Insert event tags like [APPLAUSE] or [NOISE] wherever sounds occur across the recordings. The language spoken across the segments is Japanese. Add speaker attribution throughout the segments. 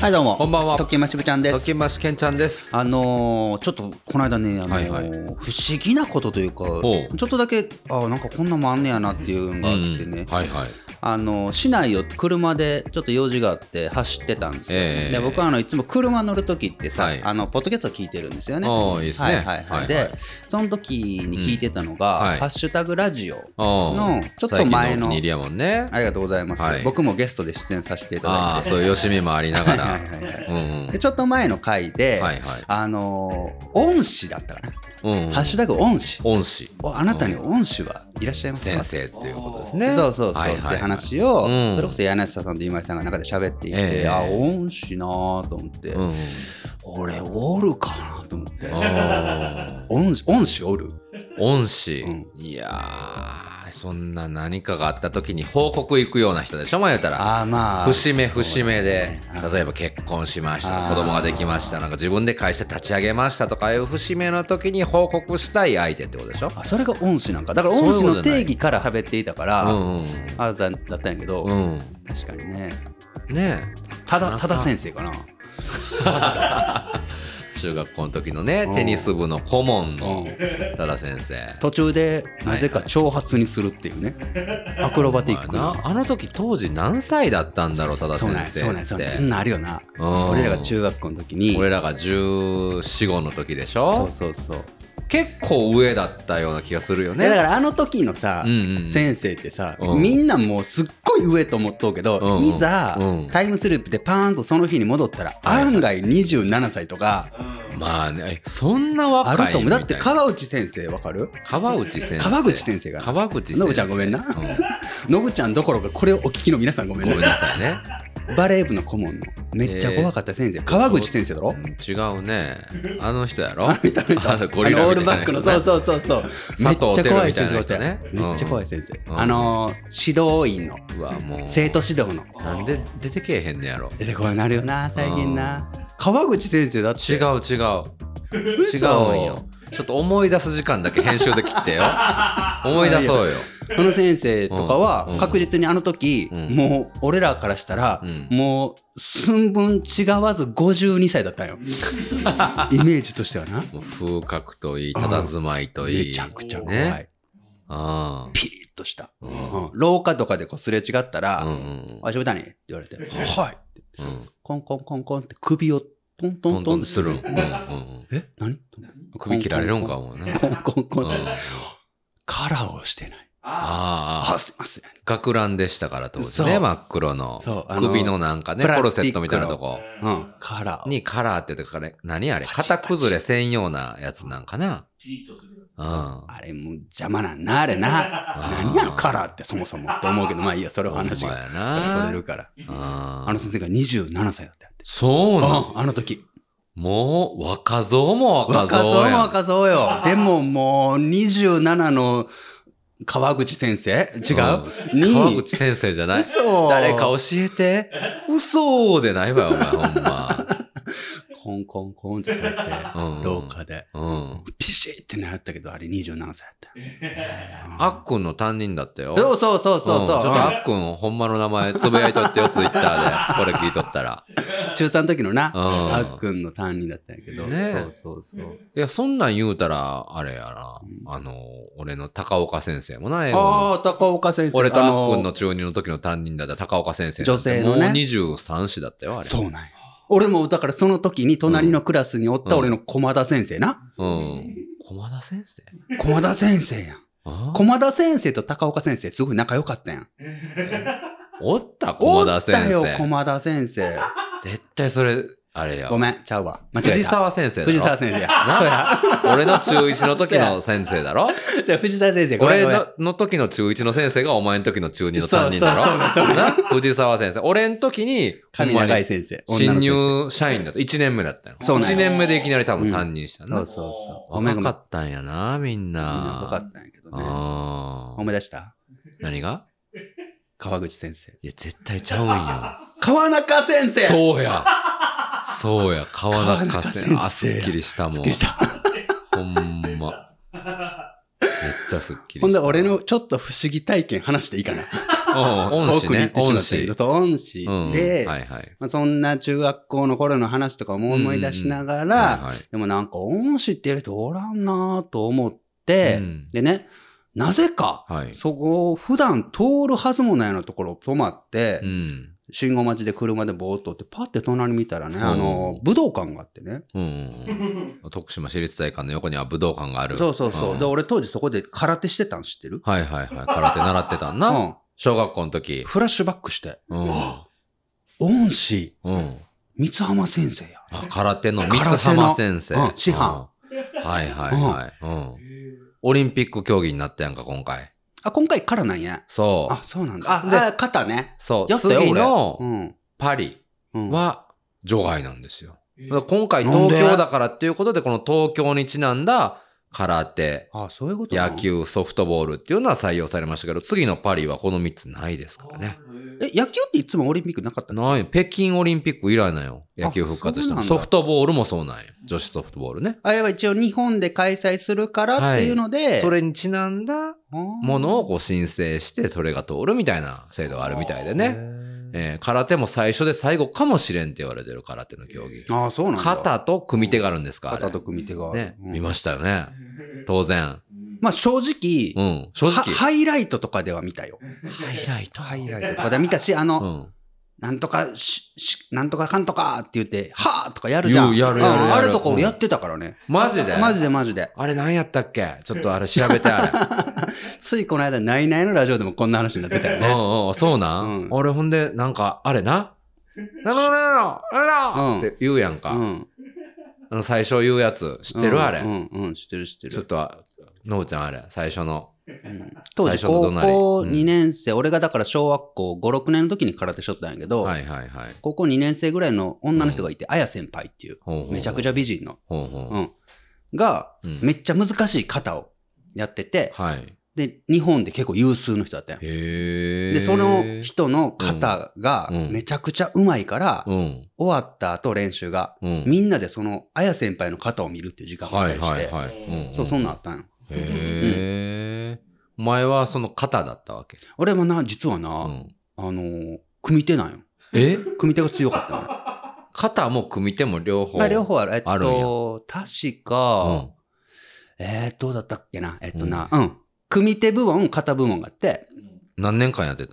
Speaker 1: はいどうも
Speaker 2: こんばんは
Speaker 1: ときましぶちゃんで
Speaker 2: と
Speaker 1: す
Speaker 2: きましけんちゃんです。
Speaker 1: あのーちょっとこの間ね、あのー
Speaker 2: はいはい
Speaker 1: 不思議なことというか
Speaker 2: ほう
Speaker 1: ちょっとだけあーなんかこんなもんあんねやなっていうのがあってね、
Speaker 2: うんはいはい。
Speaker 1: あの市内を車でちょっと用事があって走ってたんですよ、
Speaker 2: ええ
Speaker 1: で僕はあのいつも車乗る時ってさ、
Speaker 2: はい
Speaker 1: あのポッドキャストを聞いてるんですよね。
Speaker 2: ああ、いいですね。
Speaker 1: はいはいはいでその時に聞いてたのが「
Speaker 2: うんはい
Speaker 1: ハッシュタグラジオ」
Speaker 2: の
Speaker 1: のちょっと前の
Speaker 2: お気に入りやもんね。
Speaker 1: ありがとうございます、
Speaker 2: はい
Speaker 1: 僕もゲストで出演させていた
Speaker 2: あ
Speaker 1: だい
Speaker 2: あ、そう、よしみもありながら。
Speaker 1: て、はいはいはい
Speaker 2: うんうん
Speaker 1: でちょっと前の回で、
Speaker 2: はいはい
Speaker 1: あのー恩師だったかな、
Speaker 2: うんうん。
Speaker 1: ハッシュタグ恩師
Speaker 2: 恩師。
Speaker 1: おあなたに恩師はいらっしゃいますか
Speaker 2: 先生っていうことですね。
Speaker 1: そうそうそう、
Speaker 2: はいはいはい
Speaker 1: って話を、
Speaker 2: うん
Speaker 1: それこそ柳下さんと今井さんが中で喋っていて、
Speaker 2: ええ
Speaker 1: あ恩師なーと思って、
Speaker 2: うんうん。
Speaker 1: 俺おるかなと思って
Speaker 2: あ
Speaker 1: 恩師恩師おる
Speaker 2: ー恩師
Speaker 1: うん。
Speaker 2: いやー、そんな何かがあった時に報告行くような人でしょ、前言ったら。
Speaker 1: あーまあ
Speaker 2: 節目
Speaker 1: そう
Speaker 2: 節目で
Speaker 1: そうだね
Speaker 2: 例えば結婚しまし
Speaker 1: あ
Speaker 2: た
Speaker 1: ー
Speaker 2: 子供ができましたなんか自分で会社立ち上げましたとかいう節目の時に報告したい相手ってことでしょ
Speaker 1: あそれが恩師なんかだから恩師
Speaker 2: そういうこと
Speaker 1: の
Speaker 2: じゃな
Speaker 1: 定
Speaker 2: い
Speaker 1: 義からはべっていたから、
Speaker 2: うん
Speaker 1: あだだったんやけど、
Speaker 2: うんうん
Speaker 1: 確かにね
Speaker 2: ね
Speaker 1: ただただ先生かな
Speaker 2: え中学校の時のねテニス部の顧問
Speaker 1: う
Speaker 2: の
Speaker 1: ん
Speaker 2: 多田先生
Speaker 1: 途中でなぜか挑発にするっていう [LAUGHS] ね、アクロバティック
Speaker 2: まあなあの時当時何歳だったんだろう多田
Speaker 1: そう
Speaker 2: 先
Speaker 1: なんやそうなんや
Speaker 2: 生
Speaker 1: そ
Speaker 2: っ
Speaker 1: うなん
Speaker 2: て
Speaker 1: やそんなんあるよな、
Speaker 2: うん
Speaker 1: 俺らが中学校の時に
Speaker 2: 俺らが1415の時でし
Speaker 1: そ
Speaker 2: ょ
Speaker 1: うそうそう
Speaker 2: 結構上だったような気がするよ
Speaker 1: えだか
Speaker 2: ね
Speaker 1: らあの時のさ、
Speaker 2: うんうんうん
Speaker 1: 先生ってさ、
Speaker 2: うん
Speaker 1: みんなもうすっごい上と思っとうけど、
Speaker 2: うんうん
Speaker 1: いざ、
Speaker 2: うん
Speaker 1: タイムスリップでパーンとその日に戻ったら、
Speaker 2: はい
Speaker 1: 案外27歳とか
Speaker 2: まあねえそんな若
Speaker 1: あ
Speaker 2: い
Speaker 1: ると思うだっ
Speaker 2: み
Speaker 1: て
Speaker 2: たいな
Speaker 1: 川内先生わかる
Speaker 2: 川内先生
Speaker 1: 川口先生が
Speaker 2: 川口先生
Speaker 1: ノブちゃんごめんな
Speaker 2: う
Speaker 1: のぶちゃんどころかこれをお聞きの皆さんごめん
Speaker 2: ご
Speaker 1: ね
Speaker 2: めんなさいね
Speaker 1: バレー部の顧問のめっちゃ怖かった先生、 [LAUGHS] 川口先生だろ
Speaker 2: うん違うねあの人やろ
Speaker 1: あの人あの人
Speaker 2: あのゴリラ
Speaker 1: あのオー
Speaker 2: み
Speaker 1: ル
Speaker 2: た
Speaker 1: バッ
Speaker 2: いな人
Speaker 1: クの
Speaker 2: ね
Speaker 1: そうそうそうそうめっ
Speaker 2: 佐
Speaker 1: ち
Speaker 2: 藤
Speaker 1: ゃ
Speaker 2: 輝
Speaker 1: 怖い
Speaker 2: みたい
Speaker 1: 先生
Speaker 2: な
Speaker 1: だった
Speaker 2: 人ね
Speaker 1: めっちゃ怖い先生、
Speaker 2: うん
Speaker 1: あのー指導員の
Speaker 2: うわもう
Speaker 1: 生徒指導の
Speaker 2: なんで出てけえへんねやろ
Speaker 1: 出てこなるよな最近な川口先生だって
Speaker 2: 違う違う違うんよちょっと思い出す時間だけ編集で切
Speaker 1: [LAUGHS]
Speaker 2: ってよ思い出そうよ
Speaker 1: その先生とか
Speaker 2: うん
Speaker 1: は
Speaker 2: うん
Speaker 1: 確実にあの時、
Speaker 2: うん
Speaker 1: もう俺らからしたら、
Speaker 2: うん
Speaker 1: もう寸分違わず52歳だったん
Speaker 2: [LAUGHS]
Speaker 1: よイメージとしてはな
Speaker 2: もう風格といい佇まいといい
Speaker 1: めちゃくちゃ怖い、
Speaker 2: ねあ
Speaker 1: ピリッとした、
Speaker 2: あう
Speaker 1: うんん廊下とかでこうすれ違ったら
Speaker 2: うんう
Speaker 1: 「
Speaker 2: ん
Speaker 1: あしぶたに」って言われて「はい」って
Speaker 2: うん
Speaker 1: コンコンコンコンって首をトント
Speaker 2: ど
Speaker 1: ン
Speaker 2: ん
Speaker 1: ト
Speaker 2: ど
Speaker 1: ン
Speaker 2: んするんうんうんうん
Speaker 1: え何
Speaker 2: 首切られるんかもな
Speaker 1: [LAUGHS] コンコンコン
Speaker 2: うん
Speaker 1: コンカラーをしてない
Speaker 2: ああ
Speaker 1: あすいません
Speaker 2: 学ランでしたから当時
Speaker 1: そ
Speaker 2: ね
Speaker 1: う
Speaker 2: 真っ黒の
Speaker 1: そうあの
Speaker 2: 首のなんかね
Speaker 1: プラスチックの
Speaker 2: コロセットみたいなとこ
Speaker 1: うんカラーを
Speaker 2: にカラーって言ってから何あれ
Speaker 1: パチパチ
Speaker 2: 型崩れせんようなやつなんかなうん
Speaker 1: あれもう邪魔なんなあれな何やカラーってそもそもって思うけどまあいいやそれは話
Speaker 2: ほんま
Speaker 1: が
Speaker 2: や
Speaker 1: そ
Speaker 2: な
Speaker 1: れるから
Speaker 2: あ
Speaker 1: あの先生が27歳だったんで
Speaker 2: そうなの
Speaker 1: ああの時
Speaker 2: もう若造も若
Speaker 1: 若
Speaker 2: 造
Speaker 1: そうも
Speaker 2: やん
Speaker 1: 若そうよでももう27の川口先生違うに
Speaker 2: 川口先生じゃない
Speaker 1: 嘘
Speaker 2: 誰か教えて嘘でないわよお前ほんま
Speaker 1: コンコンコンってされて
Speaker 2: うん
Speaker 1: 廊下で
Speaker 2: うん
Speaker 1: ピシッってなったけどあれ27歳だっ
Speaker 2: あっくんの担任だったよ
Speaker 1: たそうそうそうそう
Speaker 2: うん
Speaker 1: そう
Speaker 2: ちょっとあっくん、ほんまの名前つぶやいとってよ、ツイッターで。こ [LAUGHS] れ聞いとったら。
Speaker 1: 中3の時のな
Speaker 2: うん
Speaker 1: あっくんの担任だったんやけど
Speaker 2: ね
Speaker 1: そうそうそう
Speaker 2: いや、そんなん言うたら、あれやな。あの、俺の高岡先生もな、英語の。
Speaker 1: ああ高岡先生
Speaker 2: 俺と
Speaker 1: あ
Speaker 2: あっくんの中二の時の担任だった高岡先生。
Speaker 1: 女性のね
Speaker 2: もう23子だったよ、あれ。
Speaker 1: そうなんや。俺も、だからその時に隣のクラスにおった俺の駒田先生な。
Speaker 2: うん。駒田先生
Speaker 1: 駒田先生やん。
Speaker 2: あ
Speaker 1: 駒田先生と高岡先生、すごい仲良かったやん。
Speaker 2: おった、駒田先
Speaker 1: おったよ、
Speaker 2: 生。
Speaker 1: 駒田先生。
Speaker 2: 絶対それ、あれや。
Speaker 1: ごめん、ちゃうわ。間違えた。
Speaker 2: 藤沢先生だろ。
Speaker 1: 藤沢先生や。そうや。
Speaker 2: 俺の中1の時の先生だろ
Speaker 1: [LAUGHS] そうや藤沢先生、ごめん
Speaker 2: 俺
Speaker 1: ごめん
Speaker 2: の。の時の中1の先生がお前の時の中2の担任だろ
Speaker 1: そうそうそう
Speaker 2: な藤沢先生。俺の時に、
Speaker 1: 神
Speaker 2: ほんまに
Speaker 1: 長井先生。女
Speaker 2: 新
Speaker 1: の先生。
Speaker 2: 入社員だった。1年目だったよ。
Speaker 1: そうなんや
Speaker 2: 1年目でいきなり多分担任した
Speaker 1: そ
Speaker 2: な
Speaker 1: う。そうそう。ごめんご
Speaker 2: 若
Speaker 1: め
Speaker 2: か
Speaker 1: ん。
Speaker 2: ったんやな、みんな。
Speaker 1: 分かったんやけどね。
Speaker 2: あー
Speaker 1: 思い出した
Speaker 2: 何が
Speaker 1: 川口先生。
Speaker 2: いや、絶対ちゃうんや。
Speaker 1: 川中先生
Speaker 2: そうや。そ
Speaker 1: [LAUGHS]
Speaker 2: うや、川中
Speaker 1: 川中先生
Speaker 2: 先
Speaker 1: や
Speaker 2: 生。あ、すっきりしたも
Speaker 1: す
Speaker 2: ん
Speaker 1: っき。りした。
Speaker 2: ほんま。めっちゃすっきりした。
Speaker 1: ほんで、俺のちょっと不思議体験話していいかな。
Speaker 2: う恩
Speaker 1: に
Speaker 2: 師
Speaker 1: 行
Speaker 2: ね
Speaker 1: っ。てしま
Speaker 2: 恩
Speaker 1: ったり
Speaker 2: 師
Speaker 1: だ。と恩師
Speaker 2: うん
Speaker 1: で、
Speaker 2: はいはい。
Speaker 1: まあ、そんな中学校の頃の話とかも思い出しながら、
Speaker 2: はいはい
Speaker 1: でもなんか恩師って言える人おらんなぁと思って、
Speaker 2: うん
Speaker 1: でね、なぜか、
Speaker 2: はい。
Speaker 1: そこを普段通るはずもないようなところ止まって、
Speaker 2: うん。
Speaker 1: 信号待ちで車でぼーっとって、パって隣見たらね、あの、武道館があってね。
Speaker 2: うん。徳島市立体育館の横には武道館がある。
Speaker 1: そうそうそう。
Speaker 2: ん
Speaker 1: で、俺当時そこで空手してたん知ってる
Speaker 2: はいはいはい。空手習ってたん
Speaker 1: う
Speaker 2: な。
Speaker 1: ん。
Speaker 2: 小学校の時。
Speaker 1: フラッシュバックして、
Speaker 2: うん。
Speaker 1: 恩師、
Speaker 2: うん。
Speaker 1: 三浜先生や。
Speaker 2: あ、空手の三
Speaker 1: 空手の
Speaker 2: 浜先生。
Speaker 1: うん師範
Speaker 2: うん。はいはいはい。うん。オリンピック競技になったやんか、今回。
Speaker 1: あ、今回からなんや。
Speaker 2: そ
Speaker 1: あ、
Speaker 2: う。
Speaker 1: そうなんだ。
Speaker 2: で
Speaker 1: あ、あ肩ね。
Speaker 2: そう。
Speaker 1: やったよ、
Speaker 2: 次
Speaker 1: 俺。
Speaker 2: の
Speaker 1: うん。
Speaker 2: パリ
Speaker 1: うん、
Speaker 2: は除外なんですよ。だから今回東京だからっていうことで、この東京にちなんだ空手、
Speaker 1: あ、そういうことなの
Speaker 2: 野。球、ソフトボールっていうのは採用されましたけど、次のパリはこの3つないですからね。
Speaker 1: え、野球っていつもオリンピックなかったの
Speaker 2: ない。北京オリンピック以来なんよ。野球復活したの。
Speaker 1: あそうなんだ
Speaker 2: ソフトボールもそうなんよ。女子ソフトボールね。
Speaker 1: あれは一応日本で開催するからっていうので、
Speaker 2: それにちなんだも
Speaker 1: も
Speaker 2: のをこう申請して、それが通るみたいな制度があるみたいでね。
Speaker 1: ね。
Speaker 2: えー空手も最初で最後かもしれんって言われてる空手の競技。
Speaker 1: あ、そうなんだ。
Speaker 2: 肩と組手があるんですかあれ
Speaker 1: 肩と組手がある。
Speaker 2: ね、
Speaker 1: うん
Speaker 2: 見ましたよね。当然。
Speaker 1: まあ正直、
Speaker 2: うん。正直
Speaker 1: は。ハイライトとかでは見たよ。
Speaker 2: ハイライト。
Speaker 1: ハイライトとかでは見たし、あの、
Speaker 2: うん。
Speaker 1: なんとかし、し、なんとかかんとかって言って、はーとかやるじゃん。
Speaker 2: 言うやるやるやる
Speaker 1: うんあれとか俺やってたからね。
Speaker 2: マジで
Speaker 1: マジでマジで。
Speaker 2: あれ何やったっけちょっとあれ調べてあ
Speaker 1: ついこの間、ないないのラジオでもこんな話になってたよ [LAUGHS]
Speaker 2: れ。
Speaker 1: ね。
Speaker 2: うんうん、そうな
Speaker 1: うん
Speaker 2: ん。俺ほんで、なんか、あれな。
Speaker 1: [LAUGHS]
Speaker 2: なるなる
Speaker 1: うん
Speaker 2: なるって [LAUGHS] 言うや
Speaker 1: う
Speaker 2: んか。
Speaker 1: ん。
Speaker 2: あの、最初言うやつ。知ってるあれ
Speaker 1: う。ん、うんうん、知ってる知って
Speaker 2: ちょっ
Speaker 1: る。
Speaker 2: とは、のうちゃんあれ、最初の。
Speaker 1: 当時、
Speaker 2: 最初の
Speaker 1: 高
Speaker 2: 怒鳴り
Speaker 1: 校
Speaker 2: うん
Speaker 1: 2年生、俺がだから小学校5、6年の時に空手しとったんやけど、
Speaker 2: はいはいはい。
Speaker 1: 高校2年生ぐらいの女の人がいて、あや先輩っていう、
Speaker 2: ほうほうほう
Speaker 1: めちゃくちゃ美人の、
Speaker 2: ほうほ
Speaker 1: うん。が、
Speaker 2: う。うん。
Speaker 1: めっちゃ難しい型をやってて、
Speaker 2: はい。
Speaker 1: で、日本で結構有数の人だったんや。
Speaker 2: へえ。
Speaker 1: で、その人の肩が
Speaker 2: うん
Speaker 1: めちゃくちゃうまいから、
Speaker 2: うん。
Speaker 1: 終わった後練習が、
Speaker 2: うん。
Speaker 1: みんなでその、あや先輩の肩を見るっていう時間があっ
Speaker 2: は
Speaker 1: た
Speaker 2: い
Speaker 1: りして、
Speaker 2: はいはい。うんうん
Speaker 1: そう、そんなんあったんよ
Speaker 2: へえ。お前はその肩だったわけ。
Speaker 1: 俺もな、実はな、
Speaker 2: うん
Speaker 1: あのー組手なんよ。
Speaker 2: え
Speaker 1: 組手が強かったのよ。
Speaker 2: 肩も組手も両方。
Speaker 1: まあ両方ある。えっ
Speaker 2: あるんや
Speaker 1: と、確か、えー、どうだったっけな。えっとな、うん。組手部門、肩部門があって、
Speaker 2: うん。何年間やってた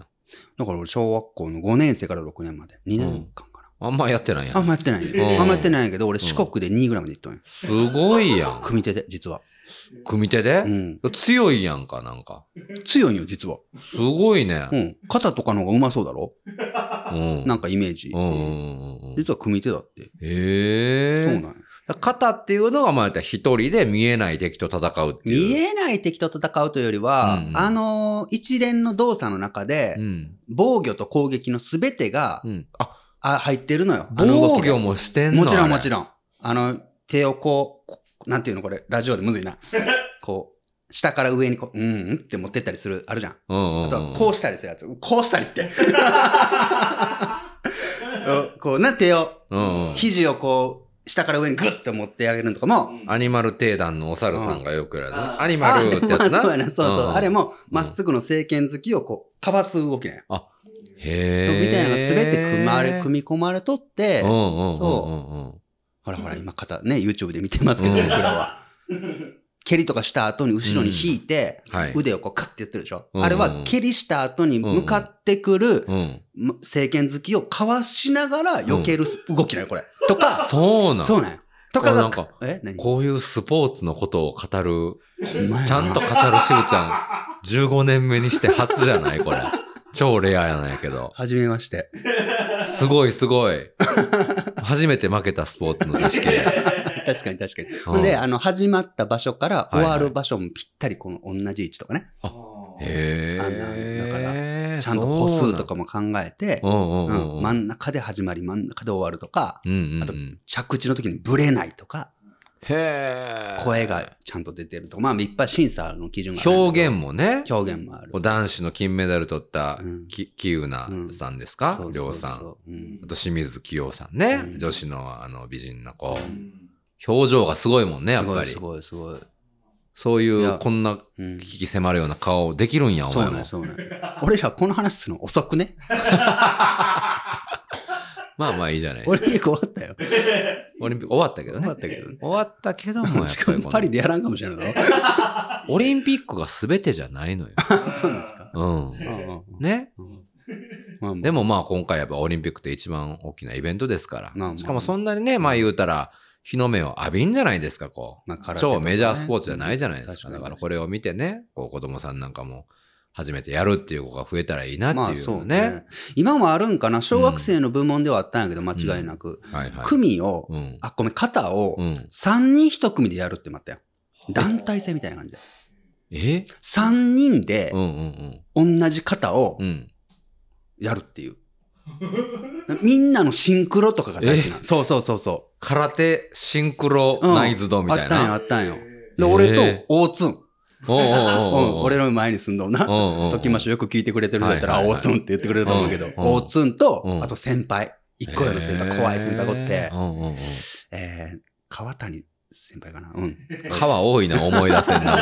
Speaker 1: だから俺小学校の5年生から6年まで。2年間かな。
Speaker 2: あんまやってないや
Speaker 1: あん
Speaker 2: ん。
Speaker 1: まやってないよ。
Speaker 2: うん
Speaker 1: あんまやってないけど、俺四国で2位ぐらいまで行ったんよ。
Speaker 2: すごいやん。
Speaker 1: 組手で、実は。
Speaker 2: 組手
Speaker 1: う
Speaker 2: で
Speaker 1: ん。
Speaker 2: 強いやんか、なんか。
Speaker 1: 強いんよ、実は。
Speaker 2: すごいね
Speaker 1: う。ん。肩とかの方がうまそうだろ
Speaker 2: うん。
Speaker 1: なんかイメージ
Speaker 2: う。んうんうんうん。
Speaker 1: 実は組手だって。そうなん
Speaker 2: へえ。
Speaker 1: よ。
Speaker 2: 肩っていうのが、まあ、一人で見えない敵と戦うっていう。
Speaker 1: 見えない敵と戦うというよりは、
Speaker 2: うん
Speaker 1: あのー一連の動作の中で、
Speaker 2: うん。
Speaker 1: 防御と攻撃のすべてが、
Speaker 2: うん。あ、
Speaker 1: あ入ってるのよ。あの動
Speaker 2: 防
Speaker 1: きで
Speaker 2: 御もしてんの
Speaker 1: もちろんもち
Speaker 2: ろん。
Speaker 1: ろん。あの、手をこうこ、なんていうのこれ、ラジオでむずいな。 [LAUGHS] こう、下から上にこう、うんうんって持ってったりする、あるじゃん。
Speaker 2: うんうんう
Speaker 1: あ
Speaker 2: ん。
Speaker 1: とはこうしたりするやつ。こうしたり
Speaker 2: [LAUGHS]
Speaker 1: って。うんこうな、手を、
Speaker 2: うんうん
Speaker 1: 肘をこう、下から上にグッと持ってあげるのとかも、
Speaker 2: アニマル定団のお猿さんがよくやるやつな。アニマルってやつ
Speaker 1: あ
Speaker 2: な。
Speaker 1: そうやな、そうそう。
Speaker 2: ん
Speaker 1: あれ。も、まっすぐの正拳突きをこう、かわす動きなんや。み
Speaker 2: へえ。
Speaker 1: たいなのが全て組まれ、組み込まれとって、
Speaker 2: うんうんうん
Speaker 1: そ
Speaker 2: うん
Speaker 1: ほらほら、今肩ね、YouTube で見てますけど、
Speaker 2: うん
Speaker 1: 僕らは。蹴りとかした後に後ろに引いて、
Speaker 2: うんはい
Speaker 1: 腕をこうカッてやってるでしょ、
Speaker 2: うん
Speaker 1: あれは蹴りした後に向かってくる
Speaker 2: うん。うん。
Speaker 1: 正拳突きをかわしながら避ける動きなんよ、これ。とか、
Speaker 2: そうなん。
Speaker 1: そうなんよ。とかが、
Speaker 2: なんか
Speaker 1: え何
Speaker 2: こういうスポーツのことを語る、
Speaker 1: ほまやな
Speaker 2: ちゃんと語るしぶちゃん、15年目にして初じゃない
Speaker 1: [LAUGHS]
Speaker 2: これ。超レアやないけど。
Speaker 1: はじめまして。
Speaker 2: すごいすごい。初めて負けたスポーツの知
Speaker 1: [LAUGHS]
Speaker 2: 識で。
Speaker 1: 確かに確かに。ほんで、あの、始まった場所から終わる場所もぴったりこの同じ位置とかね。
Speaker 2: へ
Speaker 1: あな
Speaker 2: え。
Speaker 1: ちゃんと歩数とか
Speaker 2: か。
Speaker 1: も考えて、
Speaker 2: うんうんう
Speaker 1: うんん
Speaker 2: うん。
Speaker 1: 真ん中で始まり、真ん中で終わるとか、
Speaker 2: うんうんう
Speaker 1: あと
Speaker 2: ん。
Speaker 1: 着地の時にブレないとか、
Speaker 2: へえ。
Speaker 1: 声がちゃんと出てるとか、まあ、いっぱい審査の基準があるんだけど。
Speaker 2: 表現もね。
Speaker 1: 表現もある
Speaker 2: こう。男子の金メダル取った
Speaker 1: うん
Speaker 2: き、キウナさんですか、
Speaker 1: そう
Speaker 2: りょ
Speaker 1: そううそ
Speaker 2: さ。
Speaker 1: うん
Speaker 2: あ
Speaker 1: うん
Speaker 2: と清水清さんね、
Speaker 1: うん
Speaker 2: 女子のあの美人な子。表情がすごいもんね、やっ
Speaker 1: すご
Speaker 2: ぱ
Speaker 1: い
Speaker 2: り
Speaker 1: す。ごいすごい。
Speaker 2: そうい、
Speaker 1: いうや
Speaker 2: こんな
Speaker 1: うん
Speaker 2: 危機迫るような顔できるんや、お
Speaker 1: そう
Speaker 2: 前
Speaker 1: ね、
Speaker 2: も。
Speaker 1: そうね。俺らこの話するの遅く
Speaker 2: [LAUGHS]
Speaker 1: ね。
Speaker 2: まあまあいいじゃない
Speaker 1: オリンピック終わったよ。
Speaker 2: オリンピック終わったけど
Speaker 1: 終
Speaker 2: ね
Speaker 1: わっ。たけどね。
Speaker 2: 終わったけども、やっ
Speaker 1: し
Speaker 2: ぱ
Speaker 1: か
Speaker 2: り
Speaker 1: も
Speaker 2: こ
Speaker 1: パ
Speaker 2: の
Speaker 1: リでやらんかもしれないだ
Speaker 2: オリンピックが全てじゃな
Speaker 1: [LAUGHS]
Speaker 2: いのよ。
Speaker 1: そうなんですか。
Speaker 2: うん。
Speaker 1: ろ。
Speaker 2: ね
Speaker 1: まあま
Speaker 2: でもまあ今回やっぱオリンピックって一番大きなイベントですか
Speaker 1: まあまあ
Speaker 2: ら。しかもそんなにね、まあ言うたら、日の目を浴びんじゃないですか、こ
Speaker 1: まあ空
Speaker 2: う。
Speaker 1: 手とかね
Speaker 2: 超メジャースポーツじゃないじゃないですか。
Speaker 1: うん確か
Speaker 2: だ
Speaker 1: に
Speaker 2: からこれを見てね、こう子供さんなんかも初めてやるっていう子が増えたらいいな
Speaker 1: ま
Speaker 2: って
Speaker 1: あ
Speaker 2: いう
Speaker 1: そ
Speaker 2: の
Speaker 1: う
Speaker 2: ね。
Speaker 1: ね。今もあるんかな小学生の部門ではあったんやけど、間違いなく。
Speaker 2: はいはい。
Speaker 1: 組を、
Speaker 2: うん。
Speaker 1: あ、ごめん、肩を
Speaker 2: う、ん。
Speaker 1: 3人1組でやるってなったよ。団体戦みたいな感じで。
Speaker 2: え
Speaker 1: 3人で
Speaker 2: うんうんうん。
Speaker 1: 同じ肩を
Speaker 2: うん。
Speaker 1: やるっていう。みんなのシンクロとかが大事なの。そうそうそうそ
Speaker 2: 空手シンクロナイズド
Speaker 1: う。
Speaker 2: み
Speaker 1: あ
Speaker 2: た
Speaker 1: っ
Speaker 2: い
Speaker 1: たんよ、
Speaker 2: な。
Speaker 1: あったんよ。で、
Speaker 2: へー
Speaker 1: 俺と大津ん。
Speaker 2: おうおう
Speaker 1: う
Speaker 2: おうお
Speaker 1: ん
Speaker 2: う。
Speaker 1: 俺の前に住んどんな。
Speaker 2: の
Speaker 1: 時ましよく聞いてくれてる人やったら、
Speaker 2: は
Speaker 1: あ
Speaker 2: いはい
Speaker 1: 大
Speaker 2: はい
Speaker 1: 津んって言ってくれると思うけど
Speaker 2: うん、
Speaker 1: 大津んと
Speaker 2: う、ん
Speaker 1: あと先輩。一個上の先輩、怖い先輩がおって
Speaker 2: う、んうんうん。
Speaker 1: えー、川谷先輩かな。うん。
Speaker 2: 川多いな、思い出せん名前。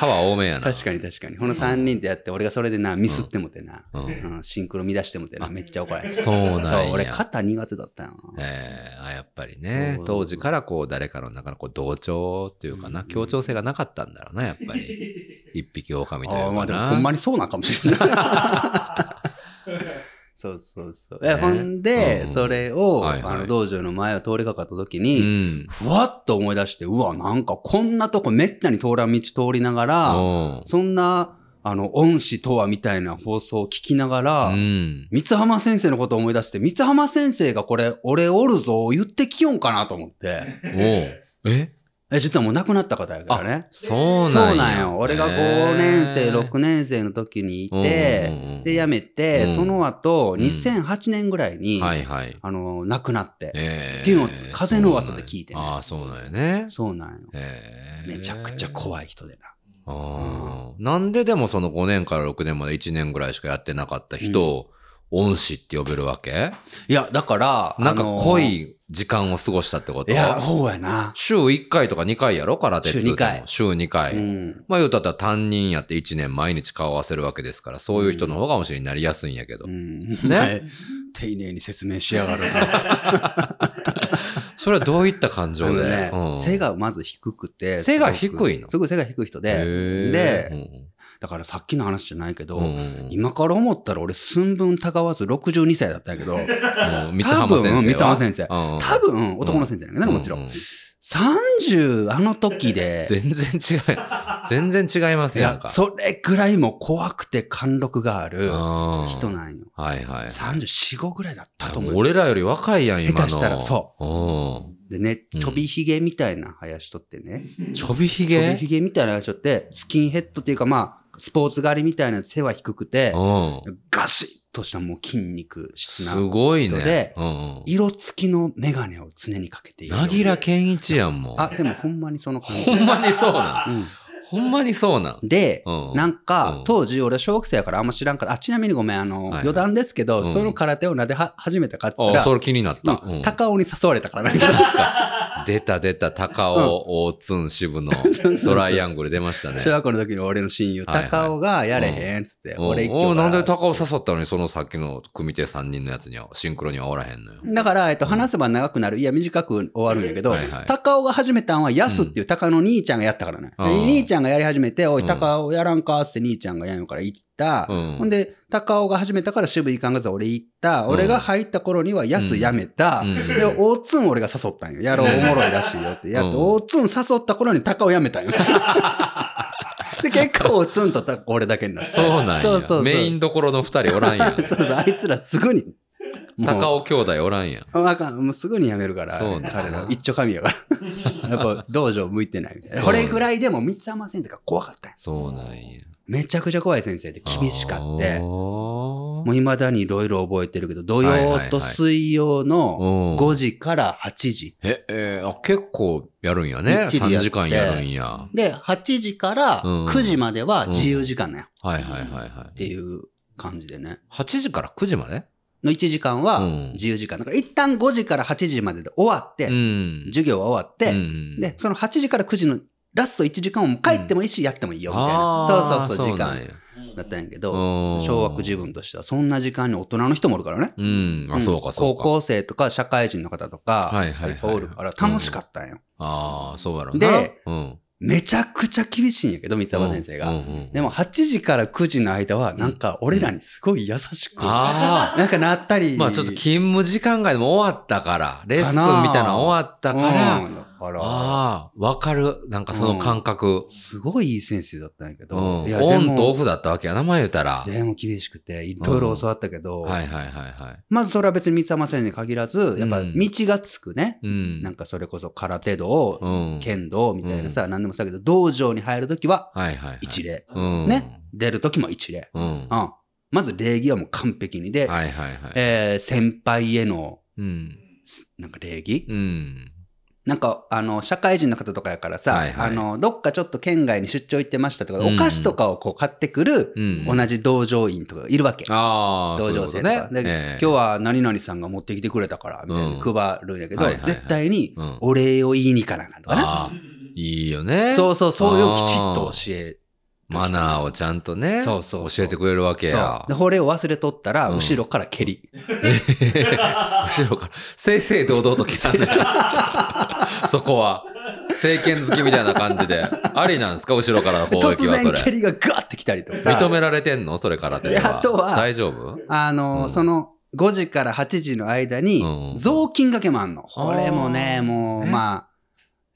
Speaker 2: 川多めやな。
Speaker 1: [LAUGHS] 確かに確かに。この3人でやって、俺がそれでな、ミスってもてな、
Speaker 2: うん
Speaker 1: うんシンクロ乱してもてな、めっちゃ怒られる。
Speaker 2: そうなんや。
Speaker 1: そう、俺肩苦手だったよな。
Speaker 2: えーあやっぱりね
Speaker 1: そう、
Speaker 2: 当時からこう誰かの中のこう同調っていうかな、
Speaker 1: うん
Speaker 2: 協調性がなかったんだろうな、やっ
Speaker 1: [LAUGHS]
Speaker 2: ぱり。一匹狼とい
Speaker 1: ああ、
Speaker 2: う
Speaker 1: まあ
Speaker 2: か
Speaker 1: でも
Speaker 2: な。
Speaker 1: ほんまにそうなんかもしれない。
Speaker 2: [LAUGHS]
Speaker 1: そうそうそう。え
Speaker 2: ね
Speaker 1: ほんで、
Speaker 2: うん
Speaker 1: それを、
Speaker 2: はいはい
Speaker 1: あの道場の前を通りかかった時
Speaker 2: う
Speaker 1: に、
Speaker 2: ん。
Speaker 1: ふわっと思い出して、うわ、なんかこんなとこめったに通らん道通りながら、
Speaker 2: おう
Speaker 1: そんな、あの、恩師とはみたいな放送を聞きながら、
Speaker 2: うん。
Speaker 1: 三浜先生のことを思い出して、三浜先生がこれ、俺おるぞ、言ってきよんかなと思って。
Speaker 2: おうえ
Speaker 1: え、実はもう亡くなった方やからね。
Speaker 2: そう
Speaker 1: そう
Speaker 2: なんや。
Speaker 1: なんよ。俺が5年生、6年生の時にいて、
Speaker 2: 年
Speaker 1: で、辞めて、
Speaker 2: うん
Speaker 1: その後、
Speaker 2: うん
Speaker 1: 2008年ぐらいに、
Speaker 2: はいはい。
Speaker 1: あの、亡くなって。
Speaker 2: えー
Speaker 1: っていうのを風の噂で聞いてね
Speaker 2: ああ、そうなんやね。
Speaker 1: そうなんよ。
Speaker 2: えー
Speaker 1: めちゃくちゃ怖い人でな。
Speaker 2: あーなんででもその5年から6年まで1年ぐらいしかやってなかった人を恩師って呼べるわけ、
Speaker 1: いや、だから、
Speaker 2: なんか
Speaker 1: あの
Speaker 2: 濃。い時間を過ごしたってこと
Speaker 1: いや、ほうやな。
Speaker 2: 週1回とか2回やろ空手っつうても
Speaker 1: 週二回
Speaker 2: 週2回。
Speaker 1: うん。
Speaker 2: まあ言うたったら担任やって1年毎日顔合わせるわけですから、そういう人の方が恩師になりやすいんやけど。
Speaker 1: うん。ね。 [LAUGHS] 丁寧に説明しやがるな。
Speaker 2: それはどういった感情
Speaker 1: あの
Speaker 2: で、
Speaker 1: ね
Speaker 2: うん
Speaker 1: 背がまず低くて。
Speaker 2: 背が低いの
Speaker 1: すごくすごい背が低い人
Speaker 2: へ
Speaker 1: で。
Speaker 2: ー
Speaker 1: で、だからさっきの話じゃないけ
Speaker 2: う
Speaker 1: ど、
Speaker 2: んうんうん
Speaker 1: 今から思ったら俺寸分たがわず62歳だったんやけど、
Speaker 2: うん [LAUGHS] 三浜先生は。
Speaker 1: 多分三浜先生
Speaker 2: うん
Speaker 1: 多分男の先生なんやけどね、もちろ。
Speaker 2: うんう
Speaker 1: 30あの時で、
Speaker 2: [LAUGHS] 全然違う。全然違いま
Speaker 1: い
Speaker 2: すやん
Speaker 1: や、
Speaker 2: か。
Speaker 1: それぐらいもう怖くて貫禄がある
Speaker 2: うん
Speaker 1: 人なんよ。
Speaker 2: はいはい。
Speaker 1: 34、5ぐらいだったと思う。
Speaker 2: 俺らより若いやん、今の。。
Speaker 1: 下手したらそうでね、
Speaker 2: うん
Speaker 1: ちょびひげみたいな生やしとってね、
Speaker 2: ん。ちょびひ
Speaker 1: ちょび
Speaker 2: げ
Speaker 1: ひげみたいな生やしとって、スキンヘッドっていうかまあ、スポーツ狩りみたいな背は低くて
Speaker 2: う、ん。
Speaker 1: ガシッとしたもう筋肉質
Speaker 2: す
Speaker 1: な、
Speaker 2: ごいね。
Speaker 1: で
Speaker 2: うんうん。
Speaker 1: 色付きのメガネを常にかけている。
Speaker 2: なぎら健一やん、もう。
Speaker 1: あ、でもほんまにその感じ
Speaker 2: ほ。んまにそうなん。
Speaker 1: うん
Speaker 2: ほんまにそう [LAUGHS] なん。
Speaker 1: で、
Speaker 2: うん
Speaker 1: なん
Speaker 2: う
Speaker 1: か
Speaker 2: ん、
Speaker 1: 当時、俺は小学生やからあんま知らんから、あ、ちなみにごめん、あの、
Speaker 2: はいはい
Speaker 1: 余談ですけど、
Speaker 2: うん
Speaker 1: その空手をなでは始めたかっつった
Speaker 2: あ、
Speaker 1: ら、
Speaker 2: それ気になった。
Speaker 1: うん
Speaker 2: うん
Speaker 1: 高尾に誘われたからなんか
Speaker 2: 出た出た、高尾、大津渋 [LAUGHS] のドライアングル出ました
Speaker 1: [LAUGHS]
Speaker 2: ね。
Speaker 1: 小学校の時の俺の親友、
Speaker 2: はいはい
Speaker 1: 高尾がやれへんっつって、
Speaker 2: うん
Speaker 1: 俺一
Speaker 2: お
Speaker 1: 挙
Speaker 2: うなんで
Speaker 1: か
Speaker 2: 高尾誘ったのに、そのさっきの組手3人のやつには、シンクロにはおらへんのよ。
Speaker 1: らだから、えっと、話せば長くなる。いや、短く終わるんやけど
Speaker 2: はいは、い
Speaker 1: 高尾が始めたんは、やすっていう高尾の兄ちゃんがやったからね。
Speaker 2: うん
Speaker 1: で兄ちゃんがやり始めて、おい、
Speaker 2: うん
Speaker 1: 高尾やらんかっつって兄ちゃんがやんよから行った。
Speaker 2: うん
Speaker 1: ほんで、高尾が始めたから渋い考えず俺行った。
Speaker 2: ん
Speaker 1: 俺が入った頃にはやすやめた。
Speaker 2: うん
Speaker 1: で、大津ん俺が誘ったんよ。やろう、おもろいらしいよって。やっ
Speaker 2: うん
Speaker 1: と、大津ん誘った頃に高尾やめ
Speaker 2: [LAUGHS]
Speaker 1: たんよ。で、結果、大津んとた俺だけになった。
Speaker 2: [LAUGHS] そうなん
Speaker 1: そうそうそ
Speaker 2: や。
Speaker 1: う
Speaker 2: メインどころの2人おらんや [LAUGHS] ん。
Speaker 1: そうそう、あいつらすぐに。
Speaker 2: 高
Speaker 1: 尾。
Speaker 2: 尾兄弟おらんやん。
Speaker 1: あかん、もうすぐにやめるから、
Speaker 2: そうなんや
Speaker 1: 彼ら、一丁神やから。やっぱ、道場向いてないみたいな。
Speaker 2: そう
Speaker 1: これぐらいでも、三浜先生が怖かったんよ
Speaker 2: そうなんや。
Speaker 1: めちゃくちゃ怖い先生で、厳しかって。
Speaker 2: も
Speaker 1: もう未だにいろいろ覚えてるけど、土
Speaker 2: はいはい
Speaker 1: 曜
Speaker 2: はい
Speaker 1: と水曜の
Speaker 2: 5
Speaker 1: 5時から8時。
Speaker 2: え、えーあ、結構やるんやね。
Speaker 1: きっちり
Speaker 2: 3
Speaker 1: やって
Speaker 2: 時間やるんや。
Speaker 1: で、8時から
Speaker 2: うん
Speaker 1: 9時までは自由時間なんよ。
Speaker 2: はいはいはいは
Speaker 1: っ
Speaker 2: い。
Speaker 1: ていう感じでね。
Speaker 2: 8時から9時まで
Speaker 1: の1時間は
Speaker 2: うん
Speaker 1: 自由時間。だから一旦5時から8時までで終わって、
Speaker 2: うん。
Speaker 1: 授業は終わって、
Speaker 2: うん
Speaker 1: で、その8時から9時のラスト1時間も帰ってもいいし、やってもいいよ、みたいな。そう
Speaker 2: あー
Speaker 1: そうそう、時
Speaker 2: なん
Speaker 1: 間
Speaker 2: や
Speaker 1: だったんやけ
Speaker 2: う
Speaker 1: ど、
Speaker 2: ん
Speaker 1: 小学自分としては、そんな時間に大人の人もおるからね。
Speaker 2: うん。あ、
Speaker 1: ん
Speaker 2: そうか、そう
Speaker 1: 高
Speaker 2: か。
Speaker 1: 校生とか社会人の方とか、
Speaker 2: はいはい
Speaker 1: い
Speaker 2: は
Speaker 1: っ
Speaker 2: い
Speaker 1: ぱいおるから、楽しかったんよ。
Speaker 2: ああ、そうやろうな。
Speaker 1: で、
Speaker 2: うん。
Speaker 1: めちゃくちゃ厳しいんやけど、三沢先生
Speaker 2: うん
Speaker 1: が。
Speaker 2: うんうん
Speaker 1: でも、8時から9時の間は、なんか、俺らにすごい優しく、な
Speaker 2: あ
Speaker 1: んかなったり。 [LAUGHS]
Speaker 2: あ。まあちょっと勤務時間外でも終わったから、レッスンみたいなの終わったから、
Speaker 1: うんだから
Speaker 2: ああ、わかる。なんかその感覚。
Speaker 1: すごいいい先生だったんやけ
Speaker 2: う
Speaker 1: ど、
Speaker 2: ん。
Speaker 1: いや
Speaker 2: オン
Speaker 1: で
Speaker 2: と
Speaker 1: も
Speaker 2: オフだったわけやな、前言うたら。はい
Speaker 1: でも厳しくて、いろいろ教わったけど、
Speaker 2: はいはいはい。
Speaker 1: まずそれは別に三沢先生に限らず、やっぱ
Speaker 2: う
Speaker 1: 道
Speaker 2: ん
Speaker 1: がつくね、
Speaker 2: うん。
Speaker 1: なんかそれこそ空手道、
Speaker 2: うん。
Speaker 1: 剣道みたいなさ、何でもさけど、道場に入るときは
Speaker 2: はいはいはい。
Speaker 1: 一例。
Speaker 2: うん。
Speaker 1: ね。出るときも一例。
Speaker 2: うん。は
Speaker 1: うん。まず礼儀はもう完璧にで、
Speaker 2: いはいはい。
Speaker 1: えー先輩への、
Speaker 2: うん。
Speaker 1: すなんか礼儀、
Speaker 2: うん。
Speaker 1: なんか、あの、社会人の方とかやからさ、
Speaker 2: はいは
Speaker 1: あ
Speaker 2: い
Speaker 1: の、どっかちょっと県外に出張行ってましたとか、
Speaker 2: うん
Speaker 1: お菓子とかをこう買ってくる、
Speaker 2: うん。
Speaker 1: 同じ道場員とかがいるわけ。
Speaker 2: ああ、
Speaker 1: 道場生
Speaker 2: そう
Speaker 1: と
Speaker 2: いう
Speaker 1: か
Speaker 2: こ。
Speaker 1: で、
Speaker 2: とね。
Speaker 1: 今日は何々さんが持ってきてくれたから、みたいな
Speaker 2: う
Speaker 1: 配るんやけど、
Speaker 2: はいはいはい
Speaker 1: 絶対に
Speaker 2: うん
Speaker 1: お礼を言いに行かなあかんとかな。
Speaker 2: ああ、いいよね。
Speaker 1: そうそう、そういうのをきちっと教え
Speaker 2: マナーをちゃんとね、
Speaker 1: そうそうそう
Speaker 2: 教えてくれるわけや
Speaker 1: そう。で、。これを忘れとったら、
Speaker 2: うん
Speaker 1: 後ろから蹴り。
Speaker 2: 後ろから、正々堂々と
Speaker 1: [LAUGHS]
Speaker 2: 来たんだそこは。政権好きみたいな感じで。ありなんですか後ろからの攻
Speaker 1: 突
Speaker 2: 撃はそ
Speaker 1: 然
Speaker 2: れ。
Speaker 1: 蹴りがガーってきたりとか。
Speaker 2: 認められてんのそれからで
Speaker 1: であとは
Speaker 2: 大丈夫
Speaker 1: あの、
Speaker 2: うん
Speaker 1: その、5時から8時の間に
Speaker 2: う、ん
Speaker 1: 雑巾がけもあんの。これもね、
Speaker 2: あー
Speaker 1: もう、
Speaker 2: ね
Speaker 1: まあ、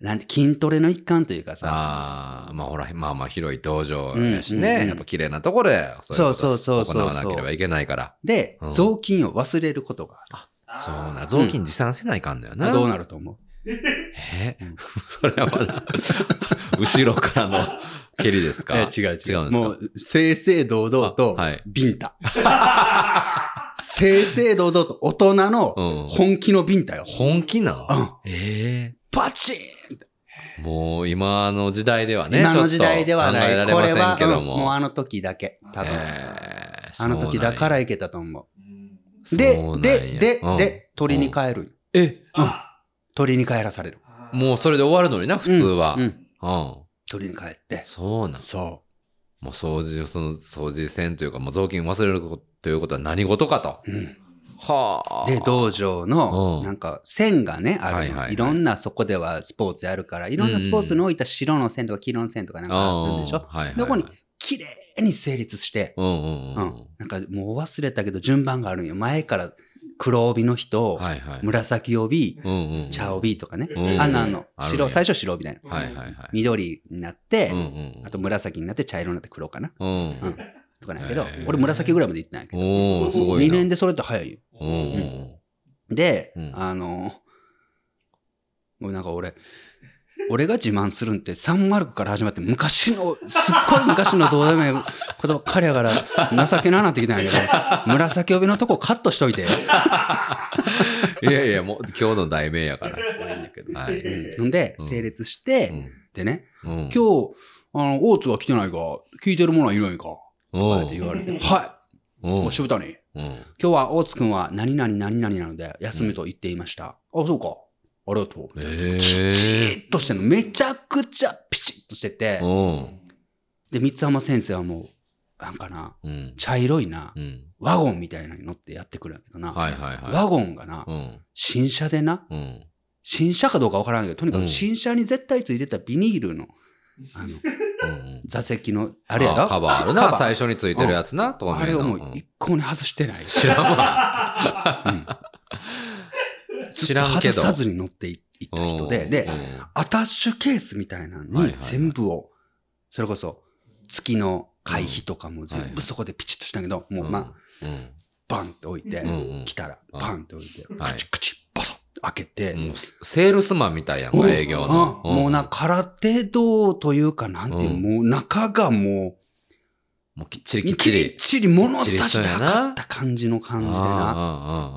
Speaker 1: なんて、筋トレの一環というかさ、
Speaker 2: ああ、まあほら、まあまあ広い道場やしね。
Speaker 1: うんうんうん
Speaker 2: やっぱ綺麗なところで、そういうこと
Speaker 1: そうそうそうそう
Speaker 2: 行わなければいけないから。
Speaker 1: で、
Speaker 2: うん
Speaker 1: 雑巾を忘れることがあ
Speaker 2: そうな、雑巾持参せないかんだよな。
Speaker 1: る。どうなると思う
Speaker 2: えそれはまだ、後ろからの蹴りですか
Speaker 1: え違う違う。
Speaker 2: 違うんですか
Speaker 1: もう、正々堂々と
Speaker 2: あはい、
Speaker 1: ビンタ。正々堂々と大人の
Speaker 2: うん。
Speaker 1: 本気のビンタよ。
Speaker 2: 本気な
Speaker 1: う
Speaker 2: の
Speaker 1: ん
Speaker 2: え
Speaker 1: バチーン
Speaker 2: えもう今の時代ではね、
Speaker 1: 今の時代ではな
Speaker 2: ちょっ
Speaker 1: い。こ
Speaker 2: と考
Speaker 1: れ
Speaker 2: えられま
Speaker 1: は、
Speaker 2: せんけど
Speaker 1: うん
Speaker 2: も。
Speaker 1: もうあの時だけ。多分。
Speaker 2: ええ
Speaker 1: あの時だか、らいけたと思う。で
Speaker 2: そう、なんや
Speaker 1: で、で、
Speaker 2: うん
Speaker 1: で、鳥に帰る。
Speaker 2: そうなんやえ、
Speaker 1: 鳥に帰らされる。
Speaker 2: もうそれで終わるのにな、普通は。
Speaker 1: うん
Speaker 2: う。
Speaker 1: うんん。鳥に帰って。
Speaker 2: そうなん。
Speaker 1: そ
Speaker 2: もう掃除、その掃除せんというか、もう雑巾忘れるということは何事かと。
Speaker 1: う。うん。
Speaker 2: はあ。
Speaker 1: で、道場
Speaker 2: う
Speaker 1: の、
Speaker 2: ん
Speaker 1: なんか、線がね、あ
Speaker 2: は
Speaker 1: る
Speaker 2: いはいは
Speaker 1: の。
Speaker 2: い
Speaker 1: いろんな、そこではスポーツやるから、いろんなスポーツに置いた白の線とか黄色の線とかなんかあるんでし
Speaker 2: うん
Speaker 1: ょ
Speaker 2: はいはいはい
Speaker 1: でここに、綺麗に成立して、
Speaker 2: うんうんう。
Speaker 1: うんん。なんか、もう忘れたけど、順番があるんよ。前から黒帯の人、
Speaker 2: はいはい。
Speaker 1: 紫帯、
Speaker 2: うんうんうん。
Speaker 1: 茶帯とかね
Speaker 2: う。ん
Speaker 1: あんなあの、
Speaker 2: あるんや
Speaker 1: 白、最初白帯だよ。
Speaker 2: はいはいはい。
Speaker 1: 緑になって
Speaker 2: うん、うん。
Speaker 1: あと紫になって茶色になって黒かな。
Speaker 2: うん。
Speaker 1: うんとかなんやけど
Speaker 2: へー、
Speaker 1: 俺紫ぐらいまで行ってないけど。
Speaker 2: おー、すごい
Speaker 1: 2
Speaker 2: な。
Speaker 1: 年でそれって早いよ。
Speaker 2: うんうん
Speaker 1: で、
Speaker 2: うん
Speaker 1: あの、もうなんか俺、俺が自慢するんって、サンマルクから始まって、昔の、すっごい昔のどうでもいい言葉、彼やから情けななってきたんやけど、紫帯のとこカットしといて、
Speaker 2: うん。いやいや、もう今日の題名やから。
Speaker 1: まあいいんだけど。
Speaker 2: はい。
Speaker 1: うんほんで、
Speaker 2: うん
Speaker 1: 整列して、
Speaker 2: うん
Speaker 1: でね、
Speaker 2: うん
Speaker 1: 今日、あの、大津が来てないか、聞いてるものはいないか、とかって言われて、は
Speaker 2: うん
Speaker 1: い、もう渋谷。
Speaker 2: うん
Speaker 1: 今日は大津くんは何々何々なので休みと言っていました。あ、そうか。ありがとう。
Speaker 2: え
Speaker 1: きち
Speaker 2: え。
Speaker 1: っとしてんの。めちゃくちゃピチッとしてて
Speaker 2: う。ん。
Speaker 1: で、三浜先生はもう、なんかな、
Speaker 2: うん。
Speaker 1: 茶色いな
Speaker 2: う、ん。
Speaker 1: ワゴンみたいなのに乗ってやってくるんやけどな。
Speaker 2: はいはいは。
Speaker 1: ワゴンがない
Speaker 2: う、ん。
Speaker 1: 新車でな、
Speaker 2: うん。
Speaker 1: 新車かどうかわからんけど、とにか
Speaker 2: うん
Speaker 1: く新車に絶対ついてたビニールの、あの、
Speaker 2: うん。
Speaker 1: 座席の、あれやろ
Speaker 2: カバーあるな。最初についてるやつな。透明な
Speaker 1: あれをもう
Speaker 2: うん
Speaker 1: 一向に外してない。
Speaker 2: 知らんわ。
Speaker 1: [LAUGHS] ずっと
Speaker 2: 知らんけど
Speaker 1: 外さずに乗っていいった人で、で
Speaker 2: う、ん
Speaker 1: アタッシュケースみたいなの
Speaker 2: はいはい
Speaker 1: に
Speaker 2: はい
Speaker 1: 全部を、それこそ月の会費とかも
Speaker 2: はい
Speaker 1: 全
Speaker 2: はい
Speaker 1: 部そこでピチッとしたけど、も
Speaker 2: う
Speaker 1: うんまあ、
Speaker 2: う
Speaker 1: バンって置いて
Speaker 2: うんうん、
Speaker 1: 来たら
Speaker 2: うん
Speaker 1: バンって置いて、
Speaker 2: はい
Speaker 1: カチカチバサッと開け
Speaker 2: ん
Speaker 1: て、
Speaker 2: もうセールスマンみたいやん
Speaker 1: お
Speaker 2: か、営業の。
Speaker 1: あもうな、
Speaker 2: ん
Speaker 1: 空手道というか、なんていうう、
Speaker 2: ん
Speaker 1: もう中がも
Speaker 2: もうきっち
Speaker 1: う、
Speaker 2: りきっ
Speaker 1: き
Speaker 2: ち
Speaker 1: っ
Speaker 2: り。
Speaker 1: ちり物
Speaker 2: きっちり
Speaker 1: 差
Speaker 2: し
Speaker 1: し
Speaker 2: とん
Speaker 1: で
Speaker 2: やな
Speaker 1: 測った感じの感じでな。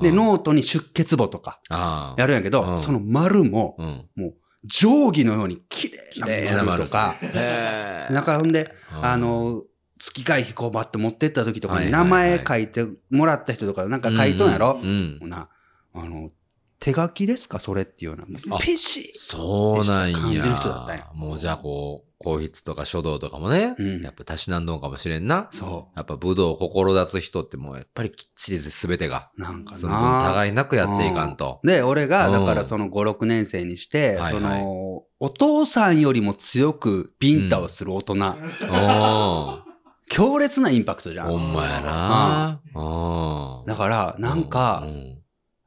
Speaker 2: あ
Speaker 1: で、、ノートに出血簿とか
Speaker 2: ああ。
Speaker 1: やるんやけ
Speaker 2: うん
Speaker 1: ど、その丸も、
Speaker 2: うん。
Speaker 1: 定規のように綺
Speaker 2: 麗
Speaker 1: 麗
Speaker 2: な
Speaker 1: な
Speaker 2: 丸
Speaker 1: 丸とか、
Speaker 2: へえ
Speaker 1: なんかほんで、
Speaker 2: うん
Speaker 1: あの、月会費こうバッと持ってった時とか
Speaker 2: はい
Speaker 1: に
Speaker 2: はいは
Speaker 1: 名
Speaker 2: い
Speaker 1: 前書いてもらった人とかなんか書いとんやろ、
Speaker 2: うん。
Speaker 1: ほな、あの、手書きですかそれっていうような。
Speaker 2: あ
Speaker 1: ピシ
Speaker 2: そうなん
Speaker 1: 感じ
Speaker 2: や
Speaker 1: る人だったんや。
Speaker 2: もうじゃあこう、硬筆とか書道とかもね、
Speaker 1: うん
Speaker 2: やっぱたしなんどんかもしれんな。
Speaker 1: そ
Speaker 2: やっぱ武道を志す人ってもうやっぱりきっちりです、べてが。
Speaker 1: う。なんか
Speaker 2: その分
Speaker 1: な。
Speaker 2: 互いなくやっていかんと。
Speaker 1: で、俺が、
Speaker 2: うん
Speaker 1: だからその5、6年生にして、
Speaker 2: はいは
Speaker 1: そ
Speaker 2: い
Speaker 1: の、お父さんよりも強くビンタをする大人、
Speaker 2: おー
Speaker 1: 強烈なインパクトじゃ
Speaker 2: ほ
Speaker 1: ん。
Speaker 2: んまやな。おー
Speaker 1: だから、なんか、
Speaker 2: うん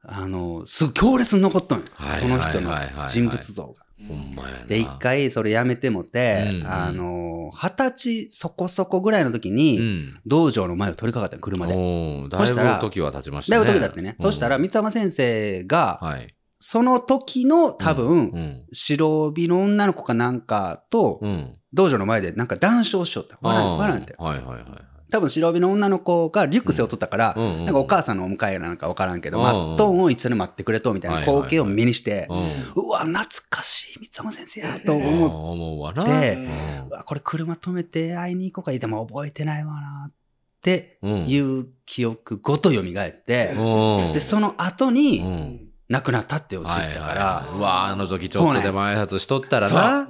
Speaker 1: あの、すごい強烈に残っとんよ
Speaker 2: はい
Speaker 1: その人の
Speaker 2: はいはいはいはい
Speaker 1: 人物像が。
Speaker 2: ほんまやな。
Speaker 1: で、一回それやめてもて、
Speaker 2: うん
Speaker 1: あの、二十歳そこそこぐらいの時
Speaker 2: う
Speaker 1: に、
Speaker 2: ん。
Speaker 1: 道場の前を取り掛かったの車で。
Speaker 2: おーだ
Speaker 1: そした
Speaker 2: い
Speaker 1: ら
Speaker 2: ぶ時は経ちました
Speaker 1: だい
Speaker 2: ね。
Speaker 1: ぶ時だってね。
Speaker 2: うん
Speaker 1: そしたら、、三玉先生が、
Speaker 2: はい。
Speaker 1: その時の多
Speaker 2: う
Speaker 1: 分、
Speaker 2: ん。
Speaker 1: 白帯の女の子かなんかと、
Speaker 2: うん。
Speaker 1: 道場の前でなんか談笑しよった。笑
Speaker 2: あ
Speaker 1: う
Speaker 2: ー
Speaker 1: 笑うんだよ。
Speaker 2: はいはいはいはい。
Speaker 1: 多分白帯の女の子がリュック背負っとったから、
Speaker 2: うんうんうん
Speaker 1: なんかお母さんのお迎えなんかわからんけど、
Speaker 2: うん
Speaker 1: マットンを一緒に待ってくれとみたいな
Speaker 2: はいはいはい
Speaker 1: 光景を目にして、
Speaker 2: うん
Speaker 1: うわ、懐かしい三玉先生やと
Speaker 2: あー
Speaker 1: 思っ
Speaker 2: 思うわな。
Speaker 1: て
Speaker 2: うん
Speaker 1: うわこれ車止めて会いに行こうか。でも覚えてないわなって
Speaker 2: うん
Speaker 1: いう記憶ごと蘇って、
Speaker 2: うん
Speaker 1: で、その後
Speaker 2: う
Speaker 1: に
Speaker 2: ん
Speaker 1: 亡くなったってを知っ
Speaker 2: はいはい
Speaker 1: たから、
Speaker 2: うわあの時ちょっとでも挨拶しとったらな。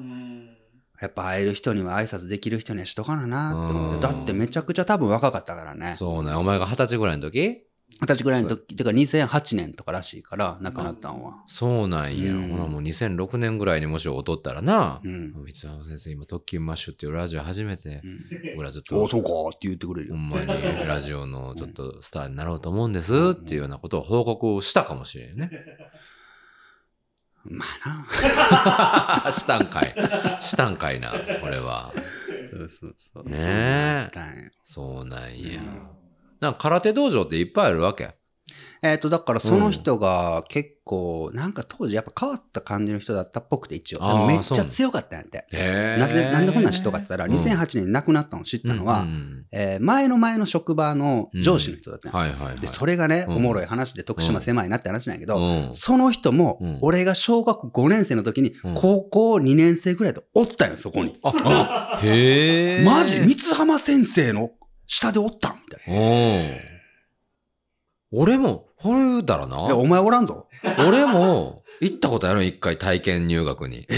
Speaker 1: やっぱ会える人には挨拶できる人にはしとかななって思っ
Speaker 2: うん
Speaker 1: て、だってめちゃくちゃ多分若かったからね。
Speaker 2: そうね。お前が二十歳ぐらいの時
Speaker 1: 二十歳ぐらいの時、てか2008年とからしいから亡くなったんは。
Speaker 2: そうなんや。
Speaker 1: うん
Speaker 2: ほらもう2006年ぐらいにもしおとったらな
Speaker 1: う。ん。
Speaker 2: 三沢先生、今、特勤マッシュっていうラジオ初めて
Speaker 1: う、ん
Speaker 2: 俺はずっと
Speaker 1: お、そうかって言ってくれる
Speaker 2: ほ
Speaker 1: よ。
Speaker 2: んまにラジオのちょっとスターになろうと思うんですっていうようなことを報告をしたかもしれんね。
Speaker 1: まあな。
Speaker 2: したんかい。したんかいな、これは。
Speaker 1: [LAUGHS] そうそうそう。
Speaker 2: ねえ
Speaker 1: そうだったんよ
Speaker 2: そうなん
Speaker 1: う
Speaker 2: や
Speaker 1: ん。
Speaker 2: なんか空手道場っていっぱいあるわけ。
Speaker 1: えっ、と、だからその人が結構、なんか当時やっぱ変わった感じの人だったっぽくて一応。で
Speaker 2: あー
Speaker 1: もめっ
Speaker 2: そう
Speaker 1: ちゃ
Speaker 2: なん
Speaker 1: 強かったんやって。
Speaker 2: へえ。
Speaker 1: なんで、なんでこんなん知っとかって言ったら、
Speaker 2: うん
Speaker 1: 2008年に亡くなったのを知ったのは、
Speaker 2: うんうん
Speaker 1: えー前の前の職場の上司の人だったんや、
Speaker 2: はいはいはい。
Speaker 1: で、それがね、
Speaker 2: うん
Speaker 1: おもろい話で徳島狭いなって話なんやけど、
Speaker 2: うん
Speaker 1: その人も
Speaker 2: うん、
Speaker 1: 俺が小学5年生の時に
Speaker 2: うん、
Speaker 1: 高校2年生ぐらいでおったんよ、そこに。
Speaker 2: あ、へえ。
Speaker 1: マジ三浜先生の下でおったんみたいな。
Speaker 2: うん。俺も、ほるだろ
Speaker 1: いや
Speaker 2: な。
Speaker 1: お前おらんぞ。
Speaker 2: 俺も、行ったことある一回体験入学に。
Speaker 1: え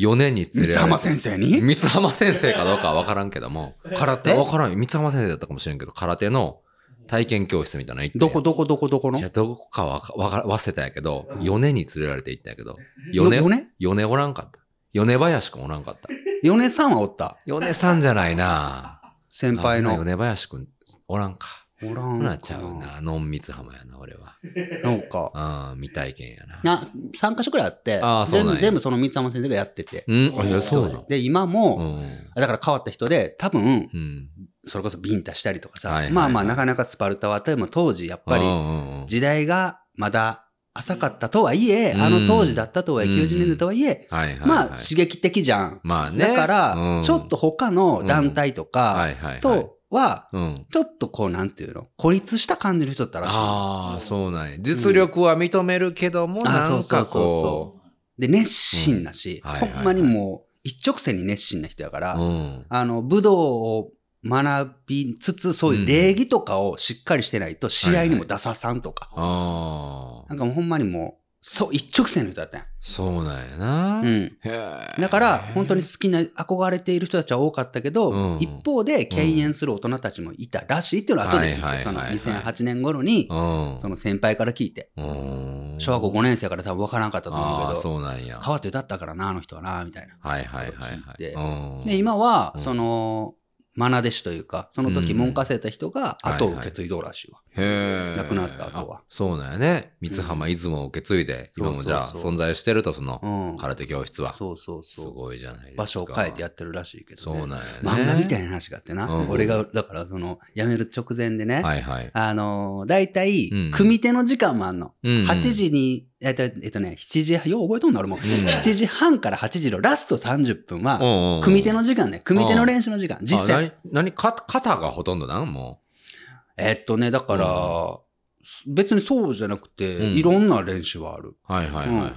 Speaker 2: 4年に連
Speaker 1: 三
Speaker 2: れられ
Speaker 1: 浜
Speaker 2: て。
Speaker 1: 先生に
Speaker 2: 三浜先生かどうかは分からんけども。
Speaker 1: 空手
Speaker 2: 分からんよ。三浜先生だったかもしれんけど、空手の体験教室みたいなの行って。
Speaker 1: どこどこどこどこの
Speaker 2: いや、どこかわか、わか、忘れたんやけど、4年に連れられて行ったんやけど、4
Speaker 1: よ
Speaker 2: 年、
Speaker 1: ね
Speaker 2: 4年おらんかった。4年林くんおらんかった。
Speaker 1: 米さんはおった。
Speaker 2: 4年さんじゃないな
Speaker 1: [LAUGHS] 先輩
Speaker 2: あ
Speaker 1: の。
Speaker 2: 米林くん、おらんか。
Speaker 1: おら
Speaker 2: ほ
Speaker 1: んか
Speaker 2: なちゃう。な。ノン三浜やな、俺は。
Speaker 1: なんか。
Speaker 2: ああ、未体験や
Speaker 1: [LAUGHS]
Speaker 2: な。
Speaker 1: な、3箇所くらいあって、
Speaker 2: あーそうな
Speaker 1: 全
Speaker 2: んや
Speaker 1: 部全部その三浜先生がやってて。
Speaker 2: うんあ、いや、そうなの。
Speaker 1: で、今
Speaker 2: う
Speaker 1: も、
Speaker 2: ん。
Speaker 1: だから変わった人で、多分、
Speaker 2: うん。
Speaker 1: それこそビンタしたりとかさ、
Speaker 2: はいはいはい
Speaker 1: まあまあなかなかスパルタは、でも当時やっぱり
Speaker 2: うんうんうん
Speaker 1: 時代がまだ浅かったとはいえ、
Speaker 2: うん
Speaker 1: あの当時だったとはいえ、
Speaker 2: うん
Speaker 1: 90年代とはいえ、
Speaker 2: はいはいはい。
Speaker 1: まあ刺激的じゃん。
Speaker 2: まあね。
Speaker 1: だか
Speaker 2: う
Speaker 1: ら、
Speaker 2: ん
Speaker 1: ちょっと、他の団体と
Speaker 2: は
Speaker 1: か
Speaker 2: いはいはい。、
Speaker 1: とは、
Speaker 2: うん。
Speaker 1: ちょっとこうなんていうの、孤立した感じの人だったらしい。
Speaker 2: ああ、そうなんや。実力は認めるけども、
Speaker 1: ん
Speaker 2: な
Speaker 1: あそう
Speaker 2: んか
Speaker 1: そうそうそ
Speaker 2: こ
Speaker 1: で、熱心だし、
Speaker 2: うんはいはいはい
Speaker 1: ほんまにもう一直線に熱心な人やから、
Speaker 2: う、うん。
Speaker 1: あの、武道を学びつつ、そういう礼儀とかをしっかりしてないと、試合にも出ささんとか、
Speaker 2: ああ、
Speaker 1: なんかもうほんまにもう、そう、一直線の人だったんや
Speaker 2: そうなんやな。
Speaker 1: う
Speaker 2: へ
Speaker 1: ん。
Speaker 2: え。
Speaker 1: だから、本当に好きな、憧れている人たちは多かったけど、
Speaker 2: うん
Speaker 1: 一方で敬遠する大人たちもいたらしいっていうのは後で聞いて、
Speaker 2: はいはい
Speaker 1: その
Speaker 2: はいはい
Speaker 1: 2008年頃に、
Speaker 2: うん。
Speaker 1: その先輩から聞いて、
Speaker 2: うん。
Speaker 1: 小学校5年生から多分分からんかったと思
Speaker 2: あ
Speaker 1: う
Speaker 2: あ、
Speaker 1: けど、
Speaker 2: そうなんや。
Speaker 1: 川手だったからな、あの人はな、みたいな。
Speaker 2: はいはいはいはい。うん
Speaker 1: で、今は
Speaker 2: う、ん
Speaker 1: その、マナ弟子というか、その時
Speaker 2: うん
Speaker 1: 文科生た人が
Speaker 2: はいはい
Speaker 1: 後を受け継いどうらしいわ。
Speaker 2: へえ。
Speaker 1: 亡くなった後は
Speaker 2: あそうなんやね。三浜出雲を受け継いで、
Speaker 1: うん
Speaker 2: 今もじゃあ
Speaker 1: そうそうそう
Speaker 2: 存在してると、その
Speaker 1: うん。
Speaker 2: 空手教室は。
Speaker 1: そうそう
Speaker 2: す
Speaker 1: そ
Speaker 2: ごいじゃないです
Speaker 1: う。
Speaker 2: か。
Speaker 1: 場所を変えてやってるらしいけど
Speaker 2: そう
Speaker 1: ね。
Speaker 2: なんやね。
Speaker 1: 漫画みたいな話があってな、
Speaker 2: うん
Speaker 1: 俺が、だからその、辞める直前でね、
Speaker 2: はいはい。
Speaker 1: あのー、大体
Speaker 2: うん、
Speaker 1: 組手の時間もあんの。
Speaker 2: うんうん
Speaker 1: 8。時に、えっと、えっとね、7時、よう覚えとんだ俺も。7時半から8時のラスト30分
Speaker 2: うん
Speaker 1: は、
Speaker 2: うんうん
Speaker 1: 組手の時間ね、組手の練習の時間、実
Speaker 2: あ
Speaker 1: 践。
Speaker 2: 何何か肩がほとんどなんも
Speaker 1: えっとね、だから、別にそうじゃなくて、
Speaker 2: うん
Speaker 1: いろんな練習はある。
Speaker 2: う。はいはいはいはい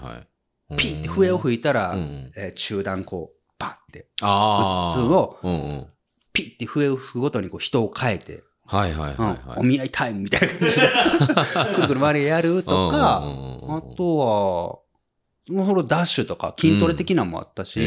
Speaker 2: うん。
Speaker 1: ピッて笛を
Speaker 2: い
Speaker 1: 吹いたら、
Speaker 2: うん
Speaker 1: えー中段こう、パッて、
Speaker 2: ああ。
Speaker 1: 普通を
Speaker 2: うんうん。
Speaker 1: ピッて笛を吹くごとにこう人を変えて、
Speaker 2: はいはいはい
Speaker 1: うん
Speaker 2: は
Speaker 1: お
Speaker 2: い。 [LAUGHS]
Speaker 1: 見合いタイムみたいな感じで、くるくる回りやるとか、
Speaker 2: うんうんうんうん
Speaker 1: あ
Speaker 2: うん
Speaker 1: とは、もうそれダッシュとか筋トレ的なんもあったし、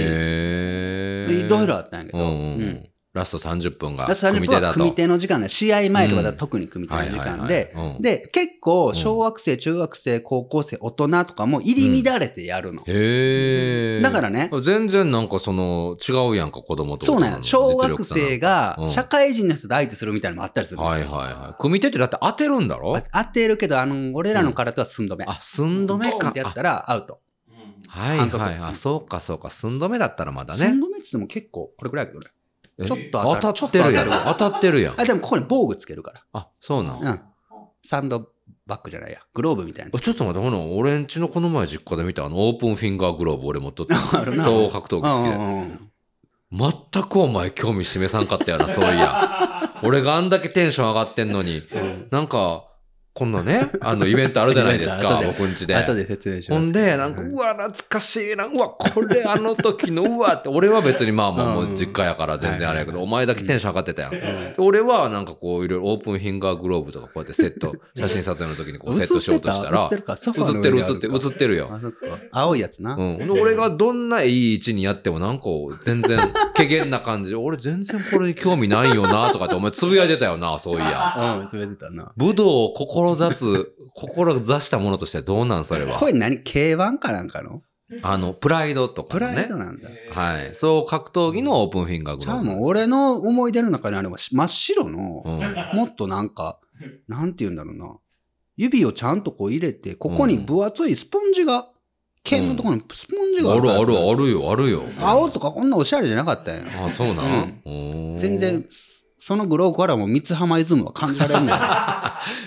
Speaker 2: へえ。
Speaker 1: いろいろあったんやけ
Speaker 2: う
Speaker 1: ど、
Speaker 2: ん
Speaker 1: う
Speaker 2: うんうんん。ラスト30分が
Speaker 1: だから
Speaker 2: 組
Speaker 1: 30分
Speaker 2: み手
Speaker 1: は
Speaker 2: だと。
Speaker 1: 組手の時間ね、試合前とかだ
Speaker 2: う
Speaker 1: と
Speaker 2: ん
Speaker 1: 特に組手の
Speaker 2: はい
Speaker 1: 時
Speaker 2: はいはい
Speaker 1: 間で、、
Speaker 2: うん、
Speaker 1: で、結構、小学生、中学生、高校生、大人とかも入り乱れてやるの。
Speaker 2: へえ。
Speaker 1: だからね、
Speaker 2: 全然なんかその、違うやんか、子供と。
Speaker 1: そうなんや小学
Speaker 2: 実
Speaker 1: 生
Speaker 2: 力
Speaker 1: が
Speaker 2: うん
Speaker 1: 社会人の人と相手するみたいなのもあったりす
Speaker 2: 差
Speaker 1: る
Speaker 2: が。はいはいはい。組手ってだって当てるんだろ
Speaker 1: あ当てるけど、あの、俺らの空手は寸止め。
Speaker 2: あ、寸止め
Speaker 1: ボーン
Speaker 2: か
Speaker 1: って。やったらアウト。
Speaker 2: あはい
Speaker 1: 反則
Speaker 2: はい。あ、そうかそうか。寸止めだったらまだ
Speaker 1: 寸
Speaker 2: ね。
Speaker 1: 止めっつっても結構、これくらいやけどね。
Speaker 2: え
Speaker 1: ちょっと
Speaker 2: 当
Speaker 1: 当
Speaker 2: た
Speaker 1: たる
Speaker 2: ってるやん
Speaker 1: ちょっと。
Speaker 2: 当たってるやん。
Speaker 1: あ、でもここに防具つけるか
Speaker 2: あ、そうなん。
Speaker 1: ら。うん。サンドバッグじゃないや。グローブみたいな
Speaker 2: あ。ちょっと待って、ほな、俺んちのこの前実家で見たあの、オープンフィンガーグローブ俺持っとっ
Speaker 1: [LAUGHS]
Speaker 2: て。
Speaker 1: あるな
Speaker 2: そう、格闘技好きで。
Speaker 1: うんうんうん
Speaker 2: 全くお前興味示さんかったよな、そう
Speaker 1: [LAUGHS]
Speaker 2: いや。俺があんだけテンション上がってんのに、なんか、こんなね、あの、イベントあるじゃないですか、
Speaker 1: イベント後で
Speaker 2: 僕んちで。
Speaker 1: 後で説明し
Speaker 2: ほ
Speaker 1: ます。
Speaker 2: んで、なんか、うわ、懐かしいな、うわ、これあの時の、うわって、俺は別にまあもうもう
Speaker 1: うん
Speaker 2: 実家やから全然あれやけど、
Speaker 1: は
Speaker 2: お前だけテンション上がってたやん。で俺はなんかこう、いろいろオープンフィンガーグローブとかこうやってセット、写真撮影の時にこうセットしようとしたら、
Speaker 1: 映ってるかソファー
Speaker 2: 映
Speaker 1: の
Speaker 2: って
Speaker 1: 上
Speaker 2: る
Speaker 1: にあ
Speaker 2: 映って
Speaker 1: か
Speaker 2: る映ってるよ。
Speaker 1: あそっか青いやつな。
Speaker 2: うん、ほんで俺がどんないい位置にやってもなんか全
Speaker 1: [LAUGHS]
Speaker 2: 然けげんな感じで俺全然これに興味ないよなとかってお前つぶやいてたよなそういや
Speaker 1: うん、冷てたな。
Speaker 2: 武道を志つ志したものとしてどうなんそれは
Speaker 1: これ何 ?K1 かなんかの
Speaker 2: あのプライドとか
Speaker 1: プ
Speaker 2: の
Speaker 1: ライ
Speaker 2: ね
Speaker 1: ドなんだ。
Speaker 2: はいそう格闘技のオープンフィンガーグ
Speaker 1: じ
Speaker 2: ロ
Speaker 1: ゃ
Speaker 2: ー
Speaker 1: あ
Speaker 2: ブ
Speaker 1: もう俺の思い出の中にあれば真っ白の、
Speaker 2: うん
Speaker 1: もっとなんか、なんて言うんだろうな。指をちゃんとこう入れて、ここに分厚いスポンジが、剣のところにスポンジが
Speaker 2: あるあ
Speaker 1: タイプ
Speaker 2: るあるよあるよ
Speaker 1: 青とかこんなおしゃれじゃなかったんや。
Speaker 2: あそうなん、おー
Speaker 1: 全然、そのグローブからも三つ浜イズムは感じられんねん。
Speaker 2: [LAUGHS]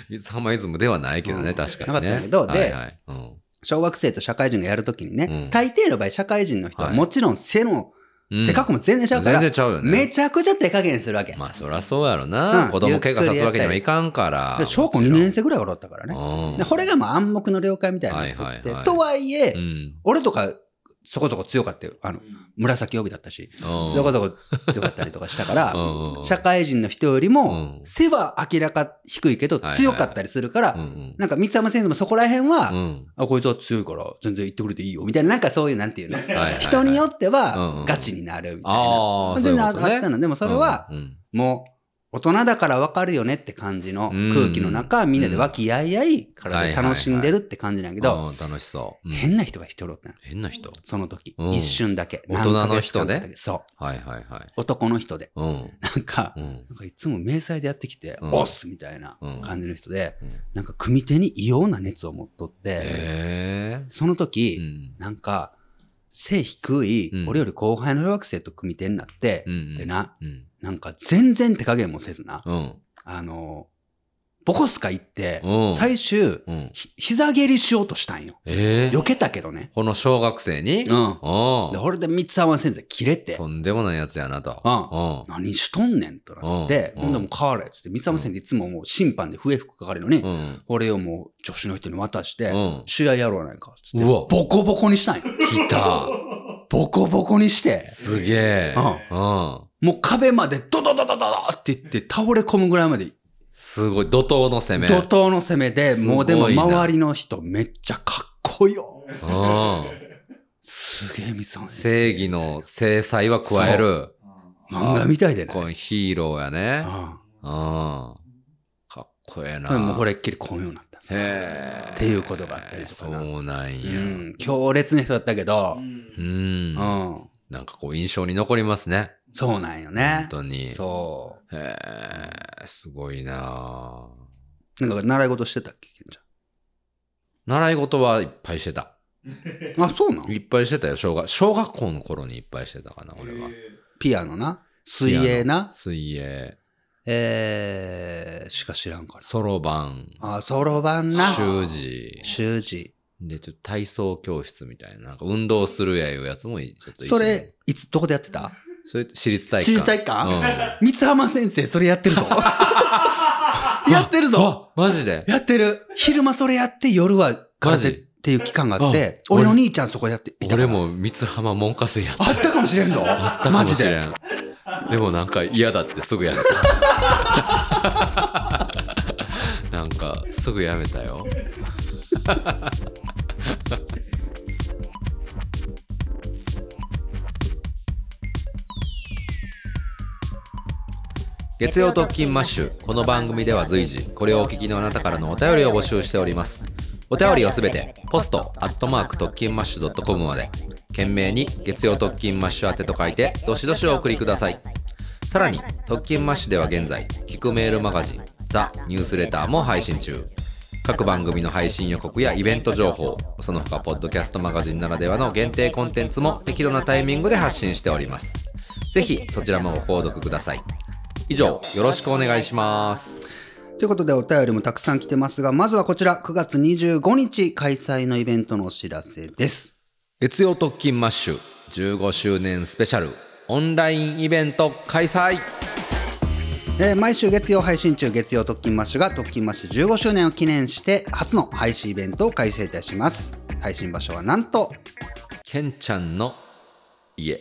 Speaker 2: 水浜イズムではないけどね、
Speaker 1: うん
Speaker 2: 確か
Speaker 1: なか
Speaker 2: に
Speaker 1: ったん
Speaker 2: ね
Speaker 1: やけどで
Speaker 2: はいはいうん
Speaker 1: 小学生と社会人がやるときにね、
Speaker 2: うん
Speaker 1: 大抵の場合社会人の人は
Speaker 2: はい
Speaker 1: もちろん背の、
Speaker 2: うん
Speaker 1: 背格も全然違うから、
Speaker 2: 全然ちゃうよね
Speaker 1: めちゃくちゃ手加減するわけ。
Speaker 2: まあそりゃそうやろ
Speaker 1: う
Speaker 2: な、
Speaker 1: ん
Speaker 2: 子供怪我さすわけにはいかんから
Speaker 1: で小学校2年生ぐらいからだったからね。
Speaker 2: ね
Speaker 1: でこれがもう暗黙の了解みたいなのがあって、
Speaker 2: はいはいはい
Speaker 1: とはいえ、
Speaker 2: うん
Speaker 1: 俺とかそこそこ強かったよ。あの、紫帯だったし、
Speaker 2: うん
Speaker 1: そこそこ強かったりとかしたから
Speaker 2: [LAUGHS] うんうん、
Speaker 1: 社会人の人よりも
Speaker 2: うん、
Speaker 1: 背は明らか低いけど
Speaker 2: はいはい
Speaker 1: 強かったりするから、
Speaker 2: うん
Speaker 1: なんか三山先生もそこら辺は、
Speaker 2: うんうん
Speaker 1: あ、こいつは強いから全然言ってくれていいよ、みたいな、なんかそういう、なんていうの
Speaker 2: いはいは。い
Speaker 1: 人によって
Speaker 2: うんうん
Speaker 1: はガチになるみたい
Speaker 2: あ
Speaker 1: な。
Speaker 2: ー
Speaker 1: 全然あ
Speaker 2: そういう
Speaker 1: っ
Speaker 2: ことね
Speaker 1: たの。でもそれは、
Speaker 2: うん
Speaker 1: もう、大人だからわかるよねって感じの空気の中、みんなで和気あいあい体で楽しんでるって感じなんやけど、
Speaker 2: うん楽しそう、うん
Speaker 1: 変な人が一人おったんや
Speaker 2: 変な人
Speaker 1: その時
Speaker 2: う。ん
Speaker 1: 一瞬だけ。
Speaker 2: 大人の人
Speaker 1: 何ヶ月間だ
Speaker 2: で
Speaker 1: ったけどそう。
Speaker 2: はいはいはい
Speaker 1: 男の人で。
Speaker 2: うん
Speaker 1: なんか、
Speaker 2: うん
Speaker 1: なんかいつも迷彩でやってきて、
Speaker 2: うん
Speaker 1: オスみたいな感じの人で、
Speaker 2: うん
Speaker 1: なんか組手に異様な熱を持っとって、
Speaker 2: へえ
Speaker 1: その時、
Speaker 2: うん
Speaker 1: なんか、背低い、
Speaker 2: うん
Speaker 1: 俺より後輩の小学生と組手になって、
Speaker 2: うん
Speaker 1: でな、
Speaker 2: うん
Speaker 1: なんか全然手加減もせずな、
Speaker 2: うん
Speaker 1: あの、ボコスカ行って
Speaker 2: うん、
Speaker 1: 最終、
Speaker 2: うん
Speaker 1: ひ膝蹴りしようとしたんよ。
Speaker 2: ええ
Speaker 1: 避けたけどね。
Speaker 2: この小学生
Speaker 1: う
Speaker 2: にうん
Speaker 1: ん。で、俺で三沢先生切れて、
Speaker 2: とんでもないやつやなとう
Speaker 1: 何しとんねんとなって、
Speaker 2: うん
Speaker 1: ほんでもう変われっつって、三沢先生いつももう審判で笛吹く係のに
Speaker 2: んう、ん
Speaker 1: 俺をもう女子の人に渡して
Speaker 2: うん、
Speaker 1: 試合やろうやないかっつって、
Speaker 2: うわ
Speaker 1: ボコボコにしたんよ。
Speaker 2: 来た
Speaker 1: ボコボコにして、
Speaker 2: すげえ
Speaker 1: う
Speaker 2: うん
Speaker 1: もう壁までドドドドドドって言って倒れ込むぐらいまで、
Speaker 2: すごい怒涛の攻め
Speaker 1: 怒涛の攻めで、
Speaker 2: すごいな
Speaker 1: もうでも周りの人めっちゃかっこいいよ。
Speaker 2: うん
Speaker 1: すげえ三沢先生。
Speaker 2: 正義の制裁は加える
Speaker 1: 漫画みたいでね。
Speaker 2: こうヒーローやね
Speaker 1: うん
Speaker 2: うんかっこええな。
Speaker 1: でもうこれっきりこういうようになったんですよ。
Speaker 2: へえ。
Speaker 1: っていうことがあったりとかな
Speaker 2: そうなん
Speaker 1: う
Speaker 2: や。うん。
Speaker 1: ん、強烈な人だったけど、うん、
Speaker 2: なんかこう印象に残りますね。
Speaker 1: そうなんよね
Speaker 2: 本。当に。
Speaker 1: そ
Speaker 2: へえ、すごいな
Speaker 1: う。なんか習い事してたっけ、ケンち
Speaker 2: 習い事はいっぱいしてた。
Speaker 1: ゃん。あ、そうなん
Speaker 2: いっぱいしてたよ。小学小学校の頃にいっぱいしてたかな、俺は。
Speaker 1: ピアノな、水泳な、
Speaker 2: 水泳、
Speaker 1: えー、しか知らんから。
Speaker 2: そろばん、
Speaker 1: あ、そろばんな、
Speaker 2: 習字、
Speaker 1: 習字。
Speaker 2: で、ちょっと体操教室みたいな、なんか運動するやいうやつもちょっと一年
Speaker 1: それ、、いつ、どこでやってた
Speaker 2: それ私立体育
Speaker 1: 私立体
Speaker 2: 館。
Speaker 1: 育館、
Speaker 2: 館
Speaker 1: 三浜先生、それやって
Speaker 2: [LAUGHS]
Speaker 1: るぞ。やってるぞ
Speaker 2: うん。マジで
Speaker 1: やってる。昼間それやって、夜は空手っていう期間があって、
Speaker 2: マ
Speaker 1: 俺
Speaker 2: ジ
Speaker 1: の兄ちゃんそこやっていたから
Speaker 2: 俺。も三浜門下生やった
Speaker 1: あったかもしれんぞ。
Speaker 2: か
Speaker 1: マ
Speaker 2: も
Speaker 1: ジ
Speaker 2: し
Speaker 1: で。
Speaker 2: れんでもなんか嫌だってすぐやめ [LAUGHS] たなんかすぐやめたよ [LAUGHS] 月曜特勤マッシュ。この番組では随時、これをお聞きのあなたからのお便りを募集しております。お便りをすべて、ポスト、アットマーク特勤マッシュ .com まで、懸命に月曜特勤マッシュ宛てと書いて、どしどしお送りください。さらに、特勤マッシュでは現在、聞くメールマガジン、ザ・ニュースレターも配信中。各番組の配信予告やイベント情報、その他、ポッドキャストマガジンならではの限定コンテンツも適度なタイミングで発信しております。ぜひ、そちらもご購読ください。以上、よろしくお願いします。
Speaker 1: ということでお便りもたくさん来てますが、まずはこちら、9月25日開催のイベントのお知らせです。
Speaker 2: 月曜特勤マッシュ15周年スペシャルオンラインイベント開催
Speaker 1: えー毎週月曜配信中、月曜特勤マッシュが特勤マッシュ15周年を記念して、初の配信イベントを開催いたします。配信場所はなんと、
Speaker 2: ケンちゃんの家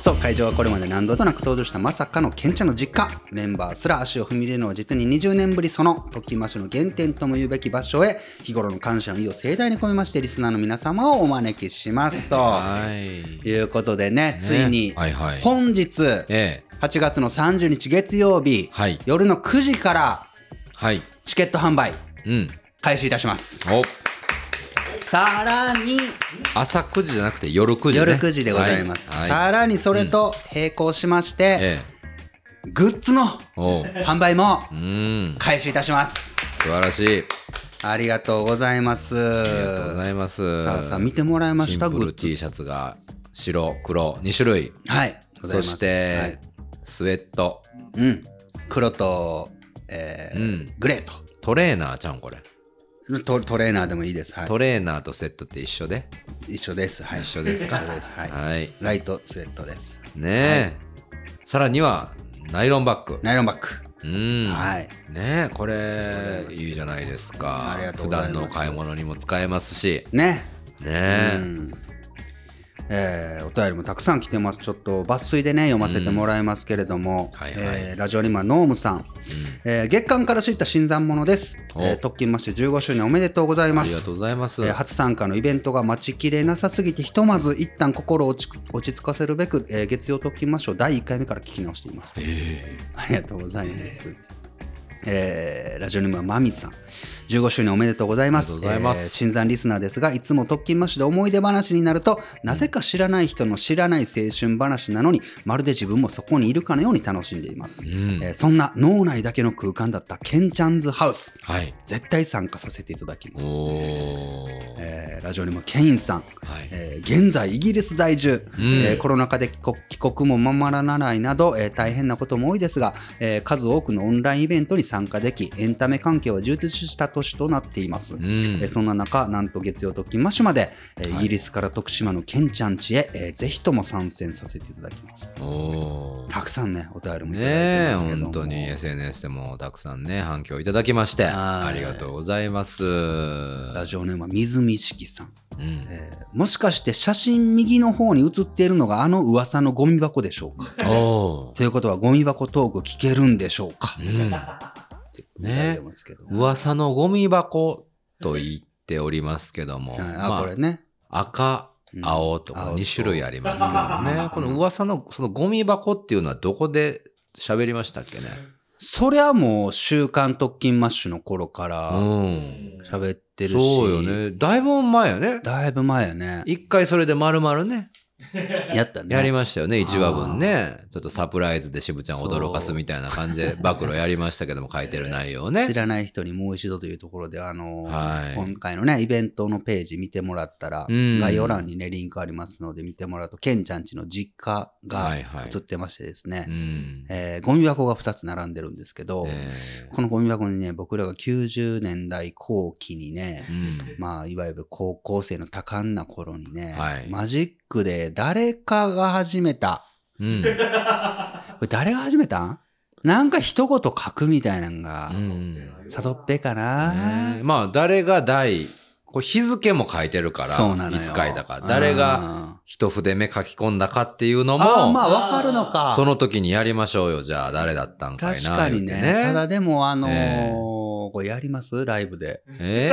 Speaker 1: そう、会場はこれまで何度となく登場したまさかのケンちゃんの実家。メンバーすら足を踏み入れるのは実に20年ぶりその、特訓マッシュの原点とも言うべき場所へ、日頃の感謝の意を盛大に込めまして、リスナーの皆様をお招きします。と
Speaker 2: はい
Speaker 1: いうことでね、ついに、
Speaker 2: はいはい
Speaker 1: 本日、8
Speaker 2: ええ
Speaker 1: 月の30日月曜日、
Speaker 2: はい
Speaker 1: 夜の9時から、
Speaker 2: はい
Speaker 1: チケット販売、
Speaker 2: うん
Speaker 1: 開始いたします。
Speaker 2: お
Speaker 1: さらに、
Speaker 2: 朝9時じゃなくて夜9時、ね、
Speaker 1: 夜9時でございます。
Speaker 2: はい、はい
Speaker 1: さらにそれと並行しまして、
Speaker 2: ええ
Speaker 1: グッズの
Speaker 2: おう
Speaker 1: 販売も、
Speaker 2: うん
Speaker 1: 開始いたします。
Speaker 2: 素晴らしい
Speaker 1: ありがとうございます。
Speaker 2: ありがとうございます
Speaker 1: さあさあ見てもらいま
Speaker 2: シ
Speaker 1: し
Speaker 2: ン
Speaker 1: た
Speaker 2: プ
Speaker 1: グ
Speaker 2: ル
Speaker 1: ッズ。
Speaker 2: T シャツが白黒2種類
Speaker 1: はい。ございます
Speaker 2: そして、
Speaker 1: はい
Speaker 2: スウェット
Speaker 1: うん黒と、えー
Speaker 2: うん
Speaker 1: グレー
Speaker 2: トレーナーちゃうんこれ
Speaker 1: とトトレーナーでもいいです。は
Speaker 2: トレーナーとセットって一緒で
Speaker 1: い。一緒です。はい。
Speaker 2: 一緒です
Speaker 1: 一
Speaker 2: か
Speaker 1: 緒です。はい。
Speaker 2: はい
Speaker 1: ライトスウェットです。
Speaker 2: ねえ、さらにはナイロンバッグ
Speaker 1: ナイロンバッグ。
Speaker 2: うん、
Speaker 1: はい。
Speaker 2: ねえこれいいじゃないですか
Speaker 1: ありがとう
Speaker 2: 普
Speaker 1: ございます
Speaker 2: 段のお買い物にも使えますし
Speaker 1: ね。
Speaker 2: ねえ、
Speaker 1: えーお便りもたくさん来てます。ちょっと抜粋でね、読ませてもらいますけれども、
Speaker 2: はいはい
Speaker 1: えーラジオリーマンノームさん、えー月間から知った新参者です。
Speaker 2: お
Speaker 1: えー特勤マッシュ15周年おめでとうございま
Speaker 2: あり
Speaker 1: す
Speaker 2: が。とうございます、
Speaker 1: えー初参加のイベントが待ちきれなさすぎてひとまず一旦心を落ち落ち着かせるべく、えー月曜特勤マッシュを第1回目から聞き直しています、ありがとうございます、えーラジオネームはまみさん15周年おめでとうございます
Speaker 2: ありがとうございます
Speaker 1: えー新参リスナーですがいつも特勤マッシュで思い出話になるとなぜか知らない人の知らない青春話なのにまるで自分もそこにいるかのように楽しんでいます、えーそんな脳内だけの空間だったケンちゃんズハウス
Speaker 2: はい
Speaker 1: 絶対参加させていただきます
Speaker 2: おー
Speaker 1: えーラジオネームケインさん、
Speaker 2: はい
Speaker 1: えー現在イギリス在住、えーコロナ禍で帰国帰国もままならないなど、えー大変なことも多いですが、えー数多くのオンラインイベントに参加できエンタメ関係は充実した年となっています、
Speaker 2: う
Speaker 1: え
Speaker 2: ん
Speaker 1: ーそんな中なんと月曜特勤マッシュまで、えーイギリスから徳島のケンちゃん家へ、えーぜひとも参戦させていただきます
Speaker 2: おー
Speaker 1: たくさんねお便りもいただいてま
Speaker 2: ねえ
Speaker 1: すけども
Speaker 2: 本当に SNS でもたくさんね反響いただきまして
Speaker 1: はい
Speaker 2: ありがとうございます
Speaker 1: ラジオネームは水見識さん
Speaker 2: うん
Speaker 1: えーもしかして写真右の方に写っているのがあの噂のゴミ箱でしょうか
Speaker 2: おー
Speaker 1: ということはゴミ箱トーク聞けるんでしょうか、
Speaker 2: ね
Speaker 1: って書いてますけどはい
Speaker 2: 噂のゴミ箱と言っておりますけども、
Speaker 1: あ、
Speaker 2: まあ
Speaker 1: これね
Speaker 2: 赤、
Speaker 1: ん
Speaker 2: 青と
Speaker 1: 青
Speaker 2: か
Speaker 1: と
Speaker 2: 2種類ありますけど
Speaker 1: うん
Speaker 2: ね、この噂のそのゴミ箱っていうのはどこで喋りましたっけね。
Speaker 1: そりゃもう「週刊特勤マッシュ」の頃か
Speaker 2: う
Speaker 1: ら
Speaker 2: ん。
Speaker 1: 喋ってるし、
Speaker 2: そうよね。だいぶ前よね。
Speaker 1: だいぶ前やね
Speaker 2: 一回それで丸々ね、
Speaker 1: やったね
Speaker 2: やりましたよね、1話分ね。ちょっとサプライズで渋ちゃん驚かすみたいな感じ
Speaker 1: [LAUGHS]
Speaker 2: で暴露やりましたけども、書いてる内容ね
Speaker 1: 知。らない人にもう一度というところで、あのー
Speaker 2: はい
Speaker 1: 今回のね、イベントのページ見てもらったら、
Speaker 2: うん
Speaker 1: 概要欄にね、リンクありますので見てもらうと、ケンちゃんちの実家が
Speaker 2: はいはい
Speaker 1: 映ってましてですね、
Speaker 2: うん。
Speaker 1: えーゴミ箱が2つ並んでるんですけど、
Speaker 2: え
Speaker 1: このゴミ箱にね、僕らが90年代後期にね
Speaker 2: ー、うん
Speaker 1: まあ、いわゆる高校生の多感な頃にね、
Speaker 2: はい
Speaker 1: マジックで誰かが始めた、
Speaker 2: うん。
Speaker 1: これ誰が始めたんなんか一言書くみたいなのが、
Speaker 2: うん。
Speaker 1: サドッペかな、
Speaker 2: ねまあ、誰が第、これ日付も書いてるから、
Speaker 1: そうなのよ。
Speaker 2: いつ書いたか。誰が
Speaker 1: あ
Speaker 2: 一筆目書き込んだかっていうの
Speaker 1: ーあー、
Speaker 2: も、
Speaker 1: まあわかるのか。
Speaker 2: その時にやりましょうよ。じゃあ、誰だったんかいな。
Speaker 1: 確かにね
Speaker 2: 言うて
Speaker 1: ただでも、あのー
Speaker 2: ええ
Speaker 1: これやりますライブで。
Speaker 2: え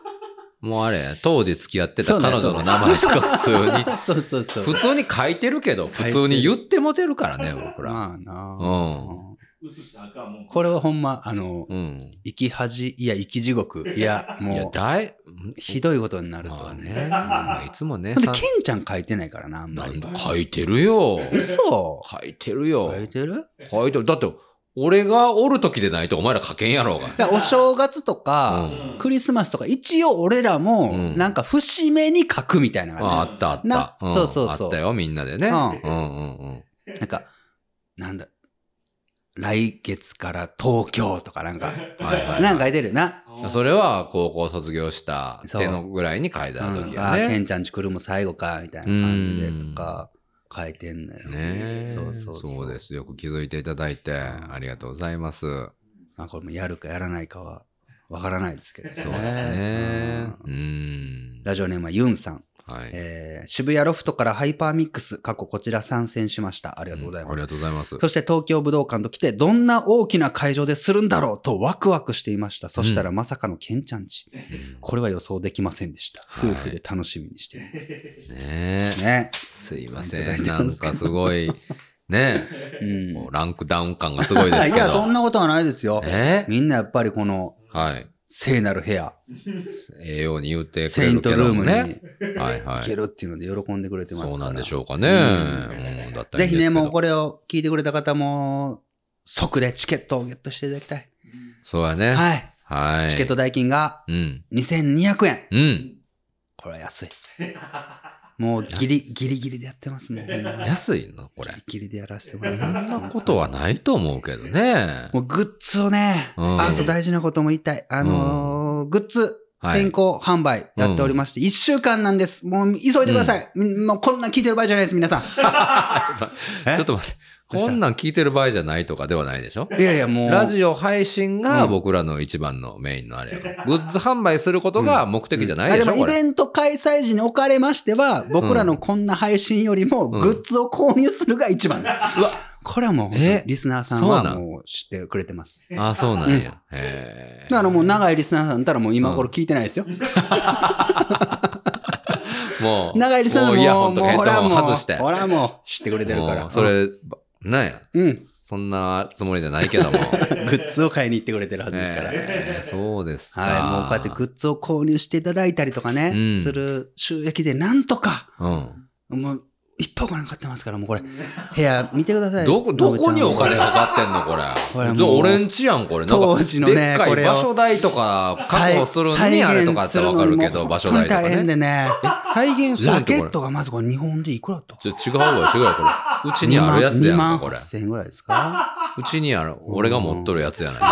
Speaker 2: [LAUGHS] ーもうあれ、当時付き合って
Speaker 1: そ
Speaker 2: た
Speaker 1: うね
Speaker 2: 彼女の名前とか普通に、
Speaker 1: [LAUGHS] そうそうそう。
Speaker 2: 普通に書いてるけど、普通に言ってもてるからね、僕ら。
Speaker 1: まあな
Speaker 2: うん。
Speaker 3: 映したらあかんもん。
Speaker 1: これはほんま、あの、
Speaker 2: うん。
Speaker 1: 生き恥、いや、生き地
Speaker 2: [LAUGHS]
Speaker 1: 獄、いや、
Speaker 2: いや
Speaker 1: も、う、
Speaker 2: だい、
Speaker 1: ひどいことになると。
Speaker 2: まあ
Speaker 1: ほん
Speaker 2: ね、
Speaker 1: [LAUGHS]
Speaker 2: まあいつもね、
Speaker 1: で、ケ
Speaker 2: さん
Speaker 1: ンちゃん書いてないからな、あんま
Speaker 2: なん
Speaker 1: り
Speaker 2: だ。書いてるよ。
Speaker 1: 嘘
Speaker 2: 書いてるよ。
Speaker 1: 書いてる
Speaker 2: 書いてる。だって、俺がおる時でないとお前ら書けんやろ
Speaker 1: [LAUGHS]
Speaker 2: うが。
Speaker 1: だからお正月とか、
Speaker 2: うん
Speaker 1: クリスマスとか、一応俺らも、
Speaker 2: うん
Speaker 1: なんか節目に書くみたいなのがね
Speaker 2: ああったあっ
Speaker 1: な
Speaker 2: た、ん
Speaker 1: そうそうそう
Speaker 2: あったよ、みんなでね。
Speaker 1: う
Speaker 2: うんんうんうん。
Speaker 1: なんか、なんだ、来月から東京とかなんか、
Speaker 2: はいはい。
Speaker 1: なんか書いてるな。
Speaker 2: それは高校卒業した
Speaker 1: そう
Speaker 2: てのぐらいに書いた
Speaker 1: うん
Speaker 2: 時
Speaker 1: あ
Speaker 2: は
Speaker 1: ーケ
Speaker 2: ね。
Speaker 1: ンちゃんち来るも最後か、みたいな感じでとか、書いてんのよ。
Speaker 2: ねえ
Speaker 1: そうそうそう
Speaker 2: そうです。よく気づいていただいて、ありがとうございます。
Speaker 1: まあこれもやるかやらないかは、わからないですけどね。
Speaker 2: そうですね。
Speaker 1: うん
Speaker 2: うん。
Speaker 1: ラジオネームはユンさん。
Speaker 2: はい。
Speaker 1: えー渋谷ロフトからハイパーミックス、過去こちら参戦しました。ありがとうござい
Speaker 2: あ
Speaker 1: ま
Speaker 2: り
Speaker 1: す。
Speaker 2: がとうございます。
Speaker 1: そして東京武道館と来て、どんな大きな会場でするんだろうとワクワクしていました。そしたらまさかのケンちゃんち。これは予想できませんでした。
Speaker 2: はい
Speaker 1: 夫婦で楽しみにしています。
Speaker 2: ねえ
Speaker 1: ね。
Speaker 2: すい
Speaker 1: い
Speaker 2: ま
Speaker 1: ただ
Speaker 2: せ
Speaker 1: いて
Speaker 2: ん。
Speaker 1: ま
Speaker 2: なん
Speaker 1: すけど
Speaker 2: かすごい、ね
Speaker 1: う
Speaker 2: え、
Speaker 1: ん。
Speaker 2: もうランクダウン感がすごいです
Speaker 1: い
Speaker 2: け
Speaker 1: や、そ
Speaker 2: ど
Speaker 1: ん。なことはないですよ。
Speaker 2: え
Speaker 1: みんなやっぱりこの
Speaker 2: はい。
Speaker 1: 聖なる部屋、
Speaker 2: 栄養に言ってく
Speaker 1: セ
Speaker 2: れ
Speaker 1: イン
Speaker 2: る
Speaker 1: ト
Speaker 2: け
Speaker 1: ルー
Speaker 2: ども
Speaker 1: ムに行
Speaker 2: ね。はいはい。
Speaker 1: けるっていうので喜んでくれてますから。
Speaker 2: そうなんでしょうかね。うんだったら
Speaker 1: ぜ
Speaker 2: いいん
Speaker 1: ひ
Speaker 2: で
Speaker 1: ね、
Speaker 2: すけど
Speaker 1: もうこれを聞いてくれた方も、即でチケットをゲットしていただきたい。
Speaker 2: そうやね。
Speaker 1: はい。
Speaker 2: はい。
Speaker 1: チケット代金が
Speaker 2: うん。
Speaker 1: 2200円。
Speaker 2: うん。
Speaker 1: これは
Speaker 2: [LAUGHS]
Speaker 1: 安い。もうギリ、ギリギリでやってます
Speaker 2: [LAUGHS]
Speaker 1: もん。ほんまギ
Speaker 2: 安いのこれ。
Speaker 1: リギリでやらせてもらい
Speaker 2: そん
Speaker 1: ます。
Speaker 2: なことはないと思うけどね。
Speaker 1: もうグッズをね、
Speaker 2: うん
Speaker 1: あ、そう、大事なことも言いたい。あのーグッズ、
Speaker 2: はい
Speaker 1: 先行販売やっておりまして、1週間なんです。もう急いでください。みもうこんなん聞いてる場合じゃないです、皆
Speaker 2: [LAUGHS]
Speaker 1: さん。
Speaker 2: あちょっと、
Speaker 1: え
Speaker 2: ちょっと待って。
Speaker 1: どうした
Speaker 2: こんなん聞いてる場合じゃないとかではないでしょ
Speaker 1: いやいや、もう。
Speaker 2: ラジオ配信が
Speaker 1: うん
Speaker 2: 僕らの一番のメインのあれやからグッズ販売することが目的じゃないでしょ、
Speaker 1: あでも
Speaker 2: こ
Speaker 1: イ
Speaker 2: れ。
Speaker 1: ベント開催時におかれましては、僕らのこんな配信よりも、グッズを購入するが一番です。
Speaker 2: うわ
Speaker 1: これはもう、
Speaker 2: え
Speaker 1: リスナーさん
Speaker 2: そう
Speaker 1: は
Speaker 2: なん
Speaker 1: もう知ってくれてます。
Speaker 2: あ、そうなんや。へえ
Speaker 1: だ。からもう長いリスナーさんいたらもう今頃聞いてないですよ。
Speaker 2: もう、
Speaker 1: 長いリスナーさ
Speaker 2: も
Speaker 1: ん
Speaker 2: う
Speaker 1: も
Speaker 2: イヤホンと
Speaker 1: もう
Speaker 2: ヘッ
Speaker 1: ほ
Speaker 2: ド
Speaker 1: ら
Speaker 2: ホン
Speaker 1: も
Speaker 2: 外して
Speaker 1: う、。ほらもう知ってくれてるか
Speaker 2: も
Speaker 1: ら。
Speaker 2: うそれ、ばなんや。
Speaker 1: うん。
Speaker 2: そんなつもりじゃない
Speaker 1: [LAUGHS]
Speaker 2: けども。
Speaker 1: グッズを買いに行ってくれてるはずですから。
Speaker 2: えーそうですか。
Speaker 1: はい。もうこうやってグッズを購入していただいたりとかね、
Speaker 2: うん
Speaker 1: する収益でなんとか、
Speaker 2: うん。
Speaker 1: もういっぱいお金買ってますから、もうこれ、部屋見てください。
Speaker 2: どこ、どこにお
Speaker 1: 野口さん
Speaker 2: 金かかってんのこれ。
Speaker 1: [LAUGHS] これもう
Speaker 2: じゃあ俺んちやん、これ。なんか
Speaker 1: 当時のね
Speaker 2: でっか
Speaker 1: こ
Speaker 2: い
Speaker 1: れを
Speaker 2: 場所代とか確保するのにあれとかやったらわかるけど、場所代とか
Speaker 1: 大変
Speaker 2: ね。
Speaker 1: でね。
Speaker 2: 再現する
Speaker 1: ラ
Speaker 2: んて
Speaker 1: ケ
Speaker 2: こ
Speaker 1: ッ
Speaker 2: れ。
Speaker 1: トがまずこれ日本でいくらだったか
Speaker 2: ちょ、違うわ、違うわ、これ。うちにあるやつやんか、これ。
Speaker 1: 8000円ぐらいですか
Speaker 2: うちにある、俺が持っとるやつやない。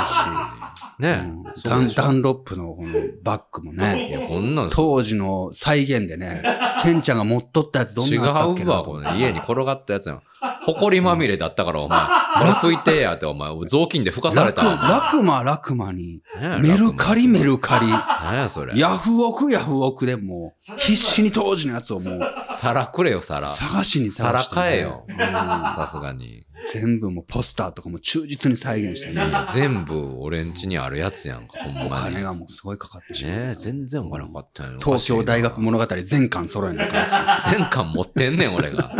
Speaker 2: ねえ。
Speaker 1: ダン
Speaker 2: ん
Speaker 1: ダンロップのこのバッグも
Speaker 2: い
Speaker 1: ね。
Speaker 2: や、こんなん、違
Speaker 1: 当時の再現でね、ケンちゃんが持っとったやつどん
Speaker 2: う
Speaker 1: なだったっけな
Speaker 2: わ、これ。家に転がったやつやん。ほこりまみれだったから、お前。俺拭いてやって、お前。雑巾で拭かされ
Speaker 1: ラク
Speaker 2: たわお前
Speaker 1: ラクマ、ラクマに、
Speaker 2: ねえ
Speaker 1: メルカリ、メルカ
Speaker 2: 何やそれ
Speaker 1: リ、。ヤフオク、ヤフオクでもう、必死に当時のやつをもう、
Speaker 2: 皿くれよ、皿。
Speaker 1: 探しに探
Speaker 2: 皿
Speaker 1: してね、
Speaker 2: 買えよ。さすがに。
Speaker 1: 全部もうポスターとかも忠実に再現して
Speaker 2: い
Speaker 1: ね。
Speaker 2: や全部俺ん家にあるやつやんか、ほん
Speaker 1: お
Speaker 2: まに。
Speaker 1: 金
Speaker 2: ね
Speaker 1: がもうすごいかかってしまう。
Speaker 2: え、全然お金なかったんや
Speaker 1: 東京大学物語全巻揃えな
Speaker 2: [LAUGHS]
Speaker 1: 感
Speaker 2: 全巻持ってんねん、
Speaker 1: [LAUGHS]
Speaker 2: 俺が。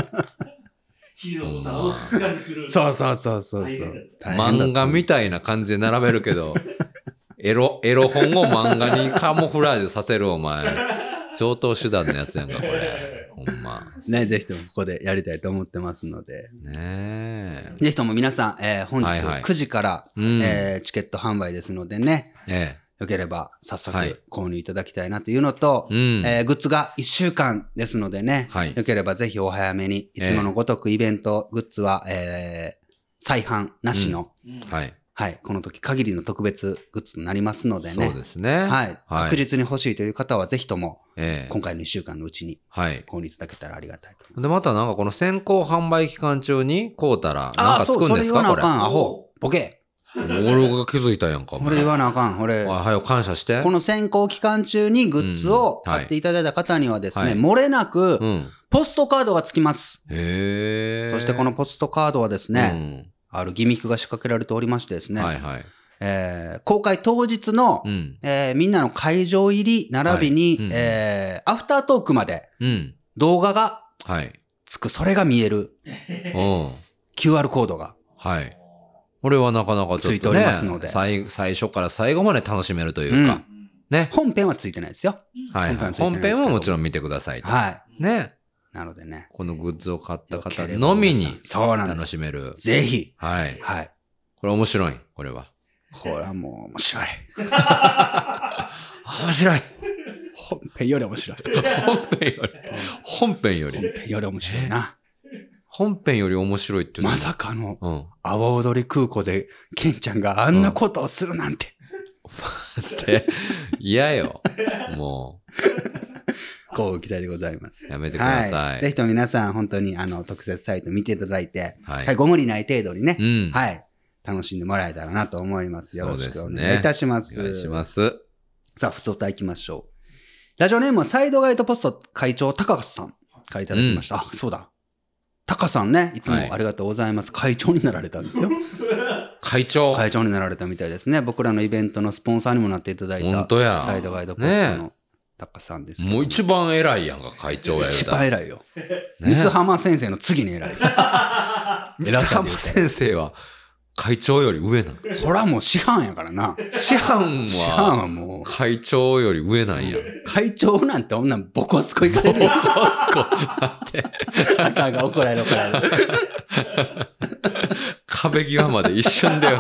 Speaker 3: ヒーローさんを静かにする。
Speaker 1: じ。そうそうそうそうそう。
Speaker 2: 漫画みたいな感じで並べるけど、エロ、エロ本を漫画にカモフラージュさせる、お前。上等手段のやつやんか、これ。ほんま。
Speaker 1: ね、ぜひともここでやりたいと思ってますので。
Speaker 2: ね
Speaker 1: ぜひとも皆さん、えー本日
Speaker 2: はいはい
Speaker 1: 9時から、
Speaker 2: うん
Speaker 1: えーチケット販売ですのでね、
Speaker 2: え。え
Speaker 1: よければ早速
Speaker 2: はい
Speaker 1: 購入いただきたいなというのと、
Speaker 2: え。うん。
Speaker 1: えーグッズが1週間ですのでね、
Speaker 2: はい
Speaker 1: よければぜひお早めに、いつものごとくイベント、グッズは、えー再販なしの、
Speaker 3: うん
Speaker 2: はい。
Speaker 1: はい、この時限りの特別グッズとなりますのでね。
Speaker 2: そうですね。
Speaker 1: はい。
Speaker 2: は
Speaker 1: 確
Speaker 2: い。
Speaker 1: 実に欲しいという方は、ぜひとも、
Speaker 2: ええ。
Speaker 1: 今回の1週間のうちに
Speaker 2: はい。
Speaker 1: 購入いただけたらありがたいと思います。
Speaker 2: で、またなんかこの先行販売期間中にこうたら、なん
Speaker 1: ああ、
Speaker 2: かつ
Speaker 1: そう、
Speaker 2: くん
Speaker 1: それ
Speaker 2: です
Speaker 1: 言わ
Speaker 2: か
Speaker 1: な
Speaker 2: こ
Speaker 1: あ
Speaker 2: れ
Speaker 1: か。ん、アホ。ボケ。
Speaker 2: 俺が気づいたやんか、お
Speaker 1: これ
Speaker 2: 前。
Speaker 1: 言わなあかん、これ
Speaker 2: おい。はよ、感謝して
Speaker 1: こ。の選考期間中にグッズを買っていただいた方にはですね、
Speaker 2: はい
Speaker 1: 漏れなく
Speaker 2: う、ん。
Speaker 1: ポストカードがつきます。
Speaker 2: へえ。
Speaker 1: そしてこのポストカードはですね、
Speaker 2: ね。
Speaker 1: あるギミックが仕掛けられておりましてですね、
Speaker 2: はいはい。
Speaker 1: えー公開当日の、
Speaker 2: うん。
Speaker 1: えーみんなの会場入り、並びに、
Speaker 2: はいうん
Speaker 1: えーアフタートークまで
Speaker 2: うん。
Speaker 1: 動画が
Speaker 2: はい。
Speaker 1: つく、それが見える
Speaker 2: うん。
Speaker 1: QR コードが
Speaker 2: はい。これはなかなかちょっ
Speaker 1: ついて
Speaker 2: と
Speaker 1: おり
Speaker 2: ね
Speaker 1: ますので
Speaker 2: 最、最初から最後まで楽しめるというか、ね。
Speaker 1: 本編はついてないですよ。
Speaker 2: はいは
Speaker 1: 本編は
Speaker 2: い。
Speaker 1: ついてないです
Speaker 2: 本
Speaker 1: けど
Speaker 2: 編はもちろん見てくださいと。
Speaker 1: は
Speaker 2: ね。
Speaker 1: い。なのでね。
Speaker 2: このグッズを買った方のみに
Speaker 1: そうなんで
Speaker 2: 楽
Speaker 1: す。
Speaker 2: しめる。
Speaker 1: ぜひ。
Speaker 2: はい。
Speaker 1: はい。
Speaker 2: これ面白い、これは。
Speaker 1: これはもう面白い。面白い。本編より面
Speaker 2: [LAUGHS]
Speaker 1: 白い。
Speaker 2: 本編より、本編より、
Speaker 1: 本編より面白いな。
Speaker 2: 本編より面白いっていうの
Speaker 1: ま
Speaker 2: は
Speaker 1: さかの、
Speaker 2: うん。
Speaker 1: 阿波踊り空港で、ケンちゃんがあんなことをするなんて。
Speaker 2: って、嫌よ。も
Speaker 1: こう期待でございます。
Speaker 2: う、やめてくださ
Speaker 1: はい。
Speaker 2: い。
Speaker 1: ぜひとも皆さん、本当に、あの、特設サイト見ていただいて、
Speaker 2: はい
Speaker 1: はい、ご無理ない程度にね
Speaker 2: う、ん。
Speaker 1: はい。楽しんでもらえたらなと思います。よろしくお
Speaker 2: そうです
Speaker 1: 願い
Speaker 2: ね
Speaker 1: いたします。
Speaker 2: お願いします。
Speaker 1: さあ、普通歌行きましょう。ラジオネームはサイドガイドポスト会長、高カさんからいただきました。あ、そうだ。タカさんね、いつも
Speaker 2: はい
Speaker 1: ありがとうございます。会長になられたん
Speaker 2: [LAUGHS]
Speaker 1: ですよ。
Speaker 2: 会長。
Speaker 1: 会長になられたみたいですね。僕らのイベントのスポンサーにもなっていただい
Speaker 2: 本
Speaker 1: た、
Speaker 2: 当や
Speaker 1: サイドガイドポスト
Speaker 2: ね
Speaker 1: のタカさんですけど
Speaker 2: もう一番偉いやんか、会長や言う
Speaker 1: 一
Speaker 2: たら
Speaker 1: 番偉いよ。
Speaker 2: ね
Speaker 1: 三浜先生の次に
Speaker 2: [LAUGHS]
Speaker 1: 偉い。
Speaker 2: 三
Speaker 1: 偉さ
Speaker 2: 浜
Speaker 1: で言う
Speaker 2: 先生は、会長より上なん。
Speaker 1: とほらもう師範やからな。
Speaker 2: 師範
Speaker 1: 師範
Speaker 2: は、
Speaker 1: はもう、
Speaker 2: 会長より上なんや。
Speaker 1: 会長なんて女ボコスコいかれるよ。
Speaker 2: コスコ、だって、
Speaker 1: あかんあかん怒られる怒られる。
Speaker 2: 壁際まで一瞬で、
Speaker 1: [LAUGHS]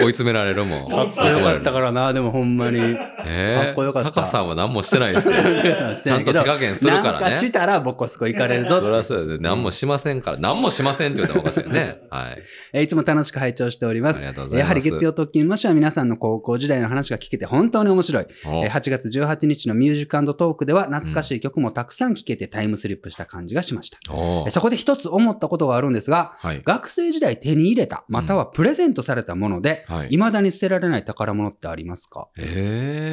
Speaker 2: 追い詰められるもん。
Speaker 1: かっこよかったからな、でもほんま
Speaker 2: [LAUGHS]
Speaker 1: に。
Speaker 2: ええ
Speaker 1: かっこよかった
Speaker 2: タカさんは何もしてないですよ。
Speaker 1: ち
Speaker 2: ちゃんと手加減するからね
Speaker 1: なんかしたらボコスコ行かれるぞ
Speaker 2: そりゃそうです。何もしませんから。何もしませんって言うたらおかしいよね。はい。
Speaker 1: えーいつも楽しく拝聴しております。
Speaker 2: ありがとうございま
Speaker 1: や
Speaker 2: す
Speaker 1: はり月曜特勤もしは皆さんの高校時代の話が聞けて本当に面白い。
Speaker 2: お
Speaker 1: えー8月18日のミュージックトークでは懐かしい曲もたくさん聴けてタイムスリップした感じがしました。
Speaker 2: お
Speaker 1: えーそこで一つ思ったことがあるんですが、
Speaker 2: はい。
Speaker 1: 学生時代手に入れた、またはプレゼントされたもので、
Speaker 2: はい。
Speaker 1: 未だに捨てられない宝物ってありますか
Speaker 2: え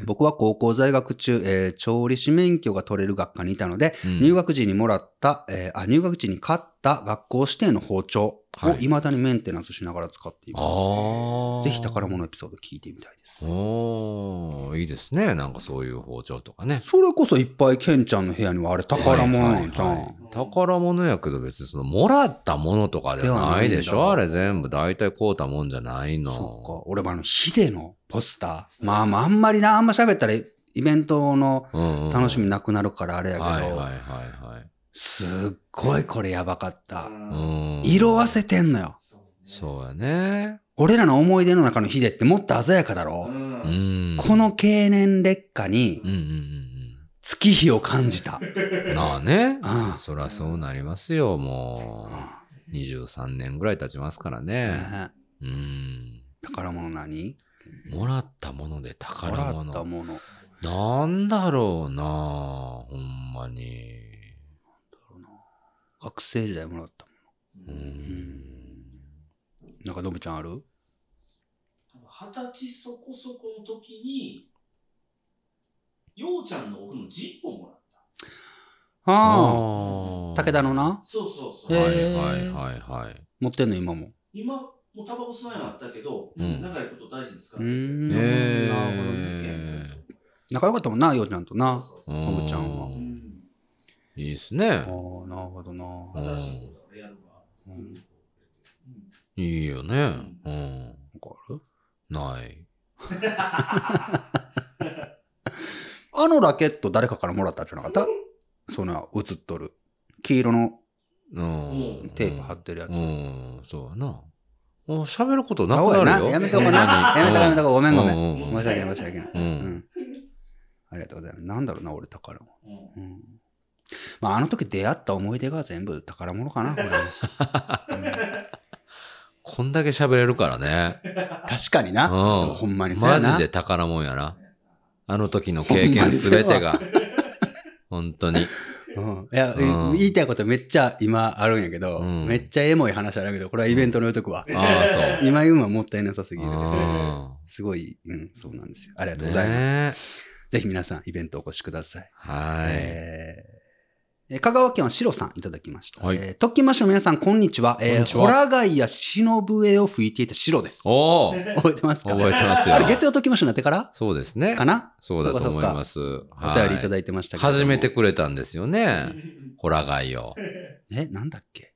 Speaker 2: え
Speaker 1: 僕は高校在学中、えー調理師免許が取れる学科にいたので、
Speaker 2: うん
Speaker 1: 入学時にもらった、えーあ、入学時に買った学校指定の包丁を
Speaker 2: はい
Speaker 1: 未だにメンテナンスしながら使っています。
Speaker 2: ああ。
Speaker 1: ぜひ宝物エピソード聞いてみたいです。
Speaker 2: おおいいですね。なんかそういう包丁とかね。
Speaker 1: それこそいっぱいケンちゃんの部屋にはあれ宝物
Speaker 2: は
Speaker 1: ないんじゃ
Speaker 2: はいはい
Speaker 1: ん。
Speaker 2: 宝物やけど別にその、もらったものとかではないでし
Speaker 1: では
Speaker 2: ょ
Speaker 1: ないんだ
Speaker 2: あれ全部大体こうたもんじゃない
Speaker 1: そっ
Speaker 2: の。
Speaker 1: か。俺もあの、ヒデのポスター。まあまあ、あんまりな、あんま喋ったらイベントの
Speaker 2: うんうん
Speaker 1: 楽しみなくなるからあれやけど、
Speaker 2: はいはいはいはい。
Speaker 1: すっごいこれやばかった。
Speaker 2: うん。
Speaker 1: 色あせてんのよ。
Speaker 2: そうやね。
Speaker 1: 俺らの思い出の中のヒデってもっと鮮やかだろ。
Speaker 3: うん。
Speaker 2: うん。
Speaker 1: この経年劣化に
Speaker 2: うんうんうん
Speaker 1: 月日を感
Speaker 2: [LAUGHS]
Speaker 1: じた。
Speaker 2: うん。なあね。
Speaker 1: あ
Speaker 2: そりゃそうなりますよ、もう。23年ぐらい経ちますから
Speaker 1: あ
Speaker 2: ね。
Speaker 1: ね
Speaker 2: うん。
Speaker 1: 宝物何
Speaker 2: もらったもので
Speaker 1: も
Speaker 2: 宝
Speaker 1: らった
Speaker 2: 物。
Speaker 1: もの。
Speaker 2: なんだろうなほんまに。
Speaker 1: 学生時代もらったも
Speaker 2: う。
Speaker 1: の。うんん。なんかのぶちゃんある
Speaker 3: 二十歳そこそこの時に、ようちゃんの奥のジッポもらった。
Speaker 1: ああ。
Speaker 2: 武
Speaker 1: 武田の。な
Speaker 3: そうそうそう。
Speaker 2: はいは
Speaker 1: へえ
Speaker 2: いはいはい。
Speaker 1: 持ってんの今も。
Speaker 3: 今、もうタバコ吸わないのあったけど、
Speaker 2: うん
Speaker 3: 仲良いこと大事に使っ
Speaker 1: うー
Speaker 3: て
Speaker 1: ん。
Speaker 2: へえ
Speaker 1: なるほどね。仲良かったもんな、ようちゃんとな。あ
Speaker 3: そうそうそう
Speaker 2: の
Speaker 1: ぶちゃんは
Speaker 3: うん
Speaker 2: いいっすね
Speaker 1: あ、な。るほどな。
Speaker 3: 新しいことからやるわ。
Speaker 1: うん
Speaker 3: うん
Speaker 2: いいよね。うん。
Speaker 1: なんかある
Speaker 2: ない。
Speaker 1: あのラケット誰かからもらったんじゃなかったその映っとる。黄色の
Speaker 2: うん。
Speaker 1: テープ貼ってるやつ。
Speaker 2: うん、そうやな。もう喋ることな
Speaker 1: あお
Speaker 2: く
Speaker 1: い
Speaker 2: なるよ。
Speaker 1: やめとこうな。やめとこうやめと
Speaker 2: こ
Speaker 1: こう。ごめんごめん。
Speaker 2: んうん
Speaker 1: 申し訳ない、申し訳ない。
Speaker 2: う。
Speaker 1: うんん。ありがとうございます。なんだろうな、俺宝物。
Speaker 3: うん
Speaker 1: うん。まあ、あの時出会った思い出が全部宝物かな、
Speaker 2: [LAUGHS]
Speaker 1: これ。
Speaker 2: こんだけ喋れるからね。
Speaker 1: 確かにな。でもほ
Speaker 2: うん
Speaker 1: まに
Speaker 2: ん。
Speaker 1: そうや
Speaker 2: マ
Speaker 1: な。
Speaker 2: ジで宝物やな。あの時の経験すべ
Speaker 1: [LAUGHS]
Speaker 2: てが。本当に。
Speaker 1: うん。いや、
Speaker 2: うん
Speaker 1: 言いたいことめっちゃ今あるんやけど、
Speaker 2: うん
Speaker 1: めっちゃエモい話あるんやけど、これはイベントの言うとくわ。
Speaker 2: ああ、そう。
Speaker 1: 今言うのはもったいなさすぎる。
Speaker 2: あ
Speaker 1: すごい、うん、そうなんですよ。ありが
Speaker 2: り
Speaker 1: とうございます。ぜひ皆さん、イベントお越しください。えー
Speaker 2: はい。
Speaker 1: えー香川県はシロさんいただきました。
Speaker 2: はい
Speaker 1: えー、特訓マッシュの皆さん、こんにちは。
Speaker 2: こん
Speaker 1: え
Speaker 2: にち
Speaker 1: ー、
Speaker 2: は
Speaker 1: ホラガイや忍笛を吹いていたシロです。
Speaker 2: おお
Speaker 1: 覚えてますか
Speaker 2: 覚えてますよ
Speaker 1: あれ、。月曜特訓マッシュになってから
Speaker 2: そうですね
Speaker 1: か。な。
Speaker 2: そうだと思いますす。
Speaker 1: そっかお便りいた
Speaker 2: はい
Speaker 1: だいてましたけども。
Speaker 2: 初めてくれたんですよね。ホラガイを。
Speaker 1: え、なんだっけ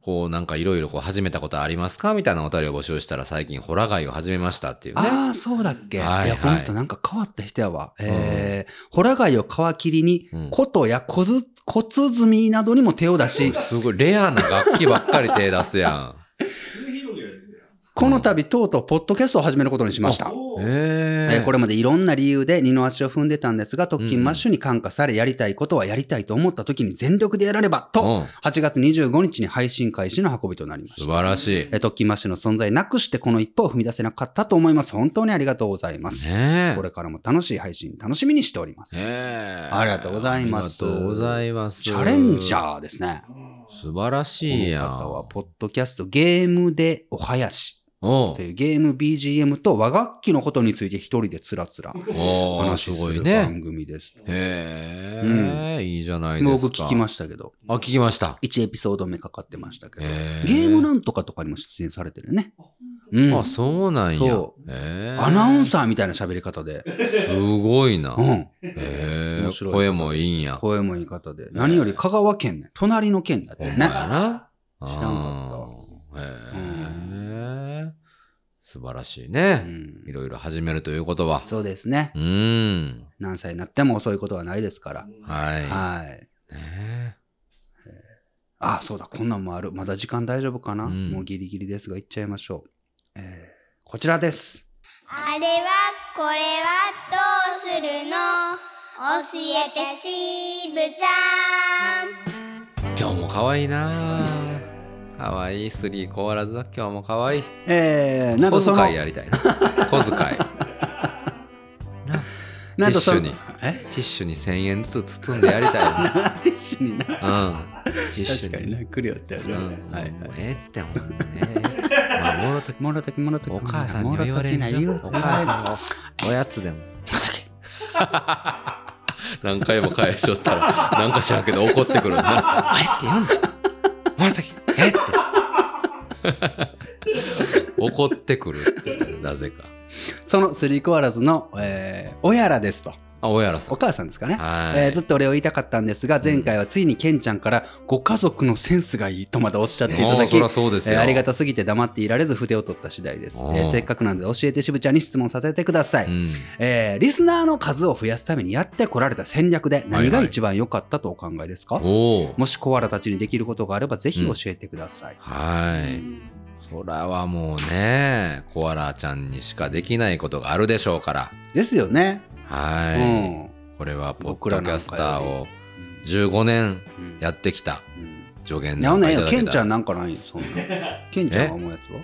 Speaker 2: こうなんかいろいろこう始めたことありますかみたいなお便りを募集したら最近ホラガイを始めましたっていうね。
Speaker 1: ああ、そうだっけ。
Speaker 2: はいはい
Speaker 1: いや、この人なんか変わった人やわ。えー、ホラ貝を皮切りに、
Speaker 2: うん
Speaker 1: 琴や小ず小鼓などにも手を出し、
Speaker 2: すごいレアな楽器ばっかり手出すやん。
Speaker 3: 末広げるやつや。
Speaker 1: この度とうとうポッドキャストを始めることにしました。
Speaker 3: おー
Speaker 2: え
Speaker 1: [LAUGHS] え
Speaker 2: え
Speaker 1: ーこれまでいろんな理由で二の足を踏んでたんですが、特勤マッシュに感化され、やりたいことはやりたいと思った時に全力でやられば、と、
Speaker 2: うん
Speaker 1: 8月25日に配信開始の運びとなりま
Speaker 2: 素
Speaker 1: した。
Speaker 2: 晴らしい。
Speaker 1: えー特勤マッシュの存在なくしてこの一歩を踏み出せなかったと思います。本当にありがとうございます。
Speaker 2: ね
Speaker 1: これからも楽しい配信楽しみにしております
Speaker 2: え。。ねえ
Speaker 1: ありがとうございます
Speaker 2: ありがとうございます。
Speaker 1: チャレンジ
Speaker 2: ー。
Speaker 1: ャーですね。
Speaker 2: 素晴ら
Speaker 1: こ
Speaker 2: しい
Speaker 1: の
Speaker 2: やん。
Speaker 1: 方は、ポッドキャストゲームでお囃子
Speaker 2: おう
Speaker 1: というゲーム BGM と和楽器のことについて一人でつらつら
Speaker 2: おうす
Speaker 1: 話す
Speaker 2: ごい
Speaker 1: る
Speaker 2: ね。
Speaker 1: 番組です。
Speaker 2: へえ、いいじゃないです
Speaker 1: 僕
Speaker 2: か。
Speaker 1: 聞きましたけど、
Speaker 2: あ、聞きました。
Speaker 1: 1エピソード目かかってましたけど、
Speaker 2: へえ
Speaker 1: ゲームなんとかとかにも出演されてるね。うん。
Speaker 2: あ、そうなんや
Speaker 1: そ。
Speaker 2: へえ
Speaker 1: アナウンサーみたいな喋り方で、
Speaker 2: すごいな。
Speaker 1: うん、
Speaker 2: へ
Speaker 1: 面
Speaker 2: え
Speaker 1: 白い
Speaker 2: 声もいいんや。
Speaker 1: 声も言い方で、何より香川県ね、隣の県だって
Speaker 2: ほんま
Speaker 1: ね
Speaker 2: や。な。知
Speaker 1: 知らんか
Speaker 2: った。へえ。素晴らしいね。
Speaker 1: うん
Speaker 2: いろいろ始めるということは。
Speaker 1: そうですね。
Speaker 2: うーん。
Speaker 1: 何歳になっても遅いことはないですから。
Speaker 2: は
Speaker 1: はい。
Speaker 2: い。ね
Speaker 1: あそうだ、こんなんもある。まだ時間大丈夫かな、
Speaker 2: うん
Speaker 1: もうギリギリですが、行っちゃいましょう。えーこちらです。
Speaker 4: あれはこれはどうするの教えてしぶちゃん
Speaker 2: 今日も可愛いな。可愛いスリー変わらずだ。今日も可愛い。
Speaker 1: えー、なんとそ
Speaker 2: 小
Speaker 1: の、
Speaker 2: 遣いやりたいな。小遣い。
Speaker 1: なんとその、
Speaker 2: ティッ
Speaker 1: え
Speaker 2: ティッシュに1000円ずつ包んでやりたいな。
Speaker 1: ティッシュにな。
Speaker 2: うん。ティッシ
Speaker 1: 確か
Speaker 2: ュ
Speaker 1: に
Speaker 2: に。
Speaker 1: な、来るよってやる、
Speaker 2: うん。
Speaker 1: はい
Speaker 2: もう
Speaker 1: はい。
Speaker 2: ええってほんまね。まあもろとき
Speaker 1: [LAUGHS] もろときもろとき。
Speaker 2: お母さんには言われんじゃん。
Speaker 1: もろ
Speaker 2: お
Speaker 1: ときな言う
Speaker 2: 母さんのおやつでも。 [LAUGHS] 何回も返しとったら、なんか知らんけど怒ってくるな。あれって言うんだ。もらっときえって。怒ってくるっていう、なぜか。
Speaker 1: そのスリーコアラズの、えー、おやらですと。
Speaker 2: あ、大原さ
Speaker 1: お
Speaker 2: ん。
Speaker 1: 母さんですかね。
Speaker 2: はい。
Speaker 1: えーずっとお礼を言いたかったんですが、前回はついにケンちゃんから、ご家族のセンスがいいとまでおっしゃっていた
Speaker 2: もう
Speaker 1: だき、
Speaker 2: そりゃそうです
Speaker 1: え
Speaker 2: よ。
Speaker 1: ーありがたすぎて黙っていられず筆を取った次第です、
Speaker 2: うん
Speaker 1: えーせっかくなので教えてしぶちゃんに質問させてください、
Speaker 2: うん。
Speaker 1: えーリスナーの数を増やすためにやってこられた戦略で
Speaker 2: はい
Speaker 1: 何が一番良かったとお考えですか、
Speaker 2: おお。
Speaker 1: もしコアラたちにできることがあればぜひ教えてください、
Speaker 2: はい。そらはもうね、コアラちゃんにしかできないことがあるでしょうから。
Speaker 1: ですよね、
Speaker 2: はい。これはポッドキャスターを15年
Speaker 1: うんうん
Speaker 2: やってきた
Speaker 1: うん
Speaker 2: 助言
Speaker 1: なんなんやケンちゃ
Speaker 2: ん
Speaker 1: んなんかないよ
Speaker 2: [LAUGHS]
Speaker 1: そんなケンちゃんが思うやつは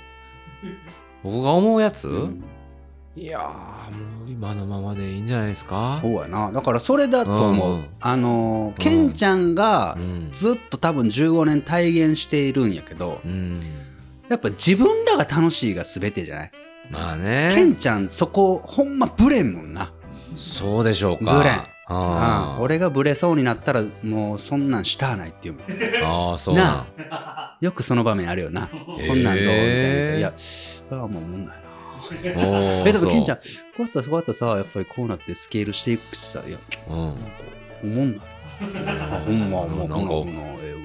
Speaker 2: 僕が思うやつ、
Speaker 1: うん
Speaker 2: いやーもう今のままでいいんじゃないですか
Speaker 1: そうやなだからそれだと思う、
Speaker 2: うん
Speaker 1: あのーケンちゃんが
Speaker 2: うん、
Speaker 1: ずっと多分15年体現しているんやけど、
Speaker 2: うん、
Speaker 1: やっぱ自分らが楽しいが全てじゃない
Speaker 2: まあね
Speaker 1: ケンちゃんそこほんまブレんもんな、
Speaker 2: そうでしょうか
Speaker 1: ブレン
Speaker 2: あ
Speaker 1: う
Speaker 2: ー
Speaker 1: ん俺がブレそうになったらもうそんなんしたあないっていうもん
Speaker 2: あーそうなん
Speaker 1: よくその場面あるよなこんなんどうみたいな言うていやああもうもんないな
Speaker 2: え
Speaker 1: えだってケンちゃん
Speaker 2: ん
Speaker 1: こうやったらそうやったらさやっぱりこうなってスケールしていくしさいや
Speaker 2: そう、うん、
Speaker 1: おもんないあほんまもう
Speaker 2: な
Speaker 1: この
Speaker 2: んか
Speaker 1: このえ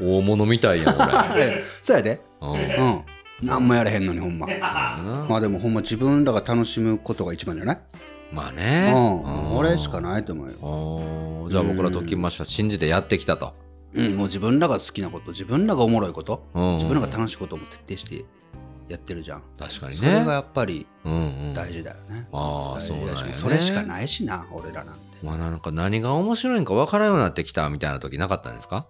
Speaker 1: えわ
Speaker 2: 大物みたいやん
Speaker 1: あれそうやで
Speaker 2: 俺、うん
Speaker 1: うん何もやれへんのにほんままあでもほんま自分らが楽しむことが一番じゃない
Speaker 2: まあ
Speaker 1: う
Speaker 2: ね、
Speaker 1: ん俺しかないと思うよ
Speaker 2: おーじゃあ僕らときましは信じてやってきたと、
Speaker 1: うん、もう自分らが好きなこと自分らがおもろいこと、
Speaker 2: うん
Speaker 1: 自分らが楽しいことも徹底してやってるじゃん、
Speaker 2: 確かに
Speaker 1: それが
Speaker 2: ね
Speaker 1: やっぱり
Speaker 2: うんうん
Speaker 1: 大事だよね、
Speaker 2: ああ
Speaker 1: 大
Speaker 2: そう
Speaker 1: 事
Speaker 2: な
Speaker 1: だ
Speaker 2: ん
Speaker 1: し
Speaker 2: やね
Speaker 1: それしかないしな俺らなんて
Speaker 2: まあなんか何が面白いんか分からんようになってきたみたいな時なかったんですか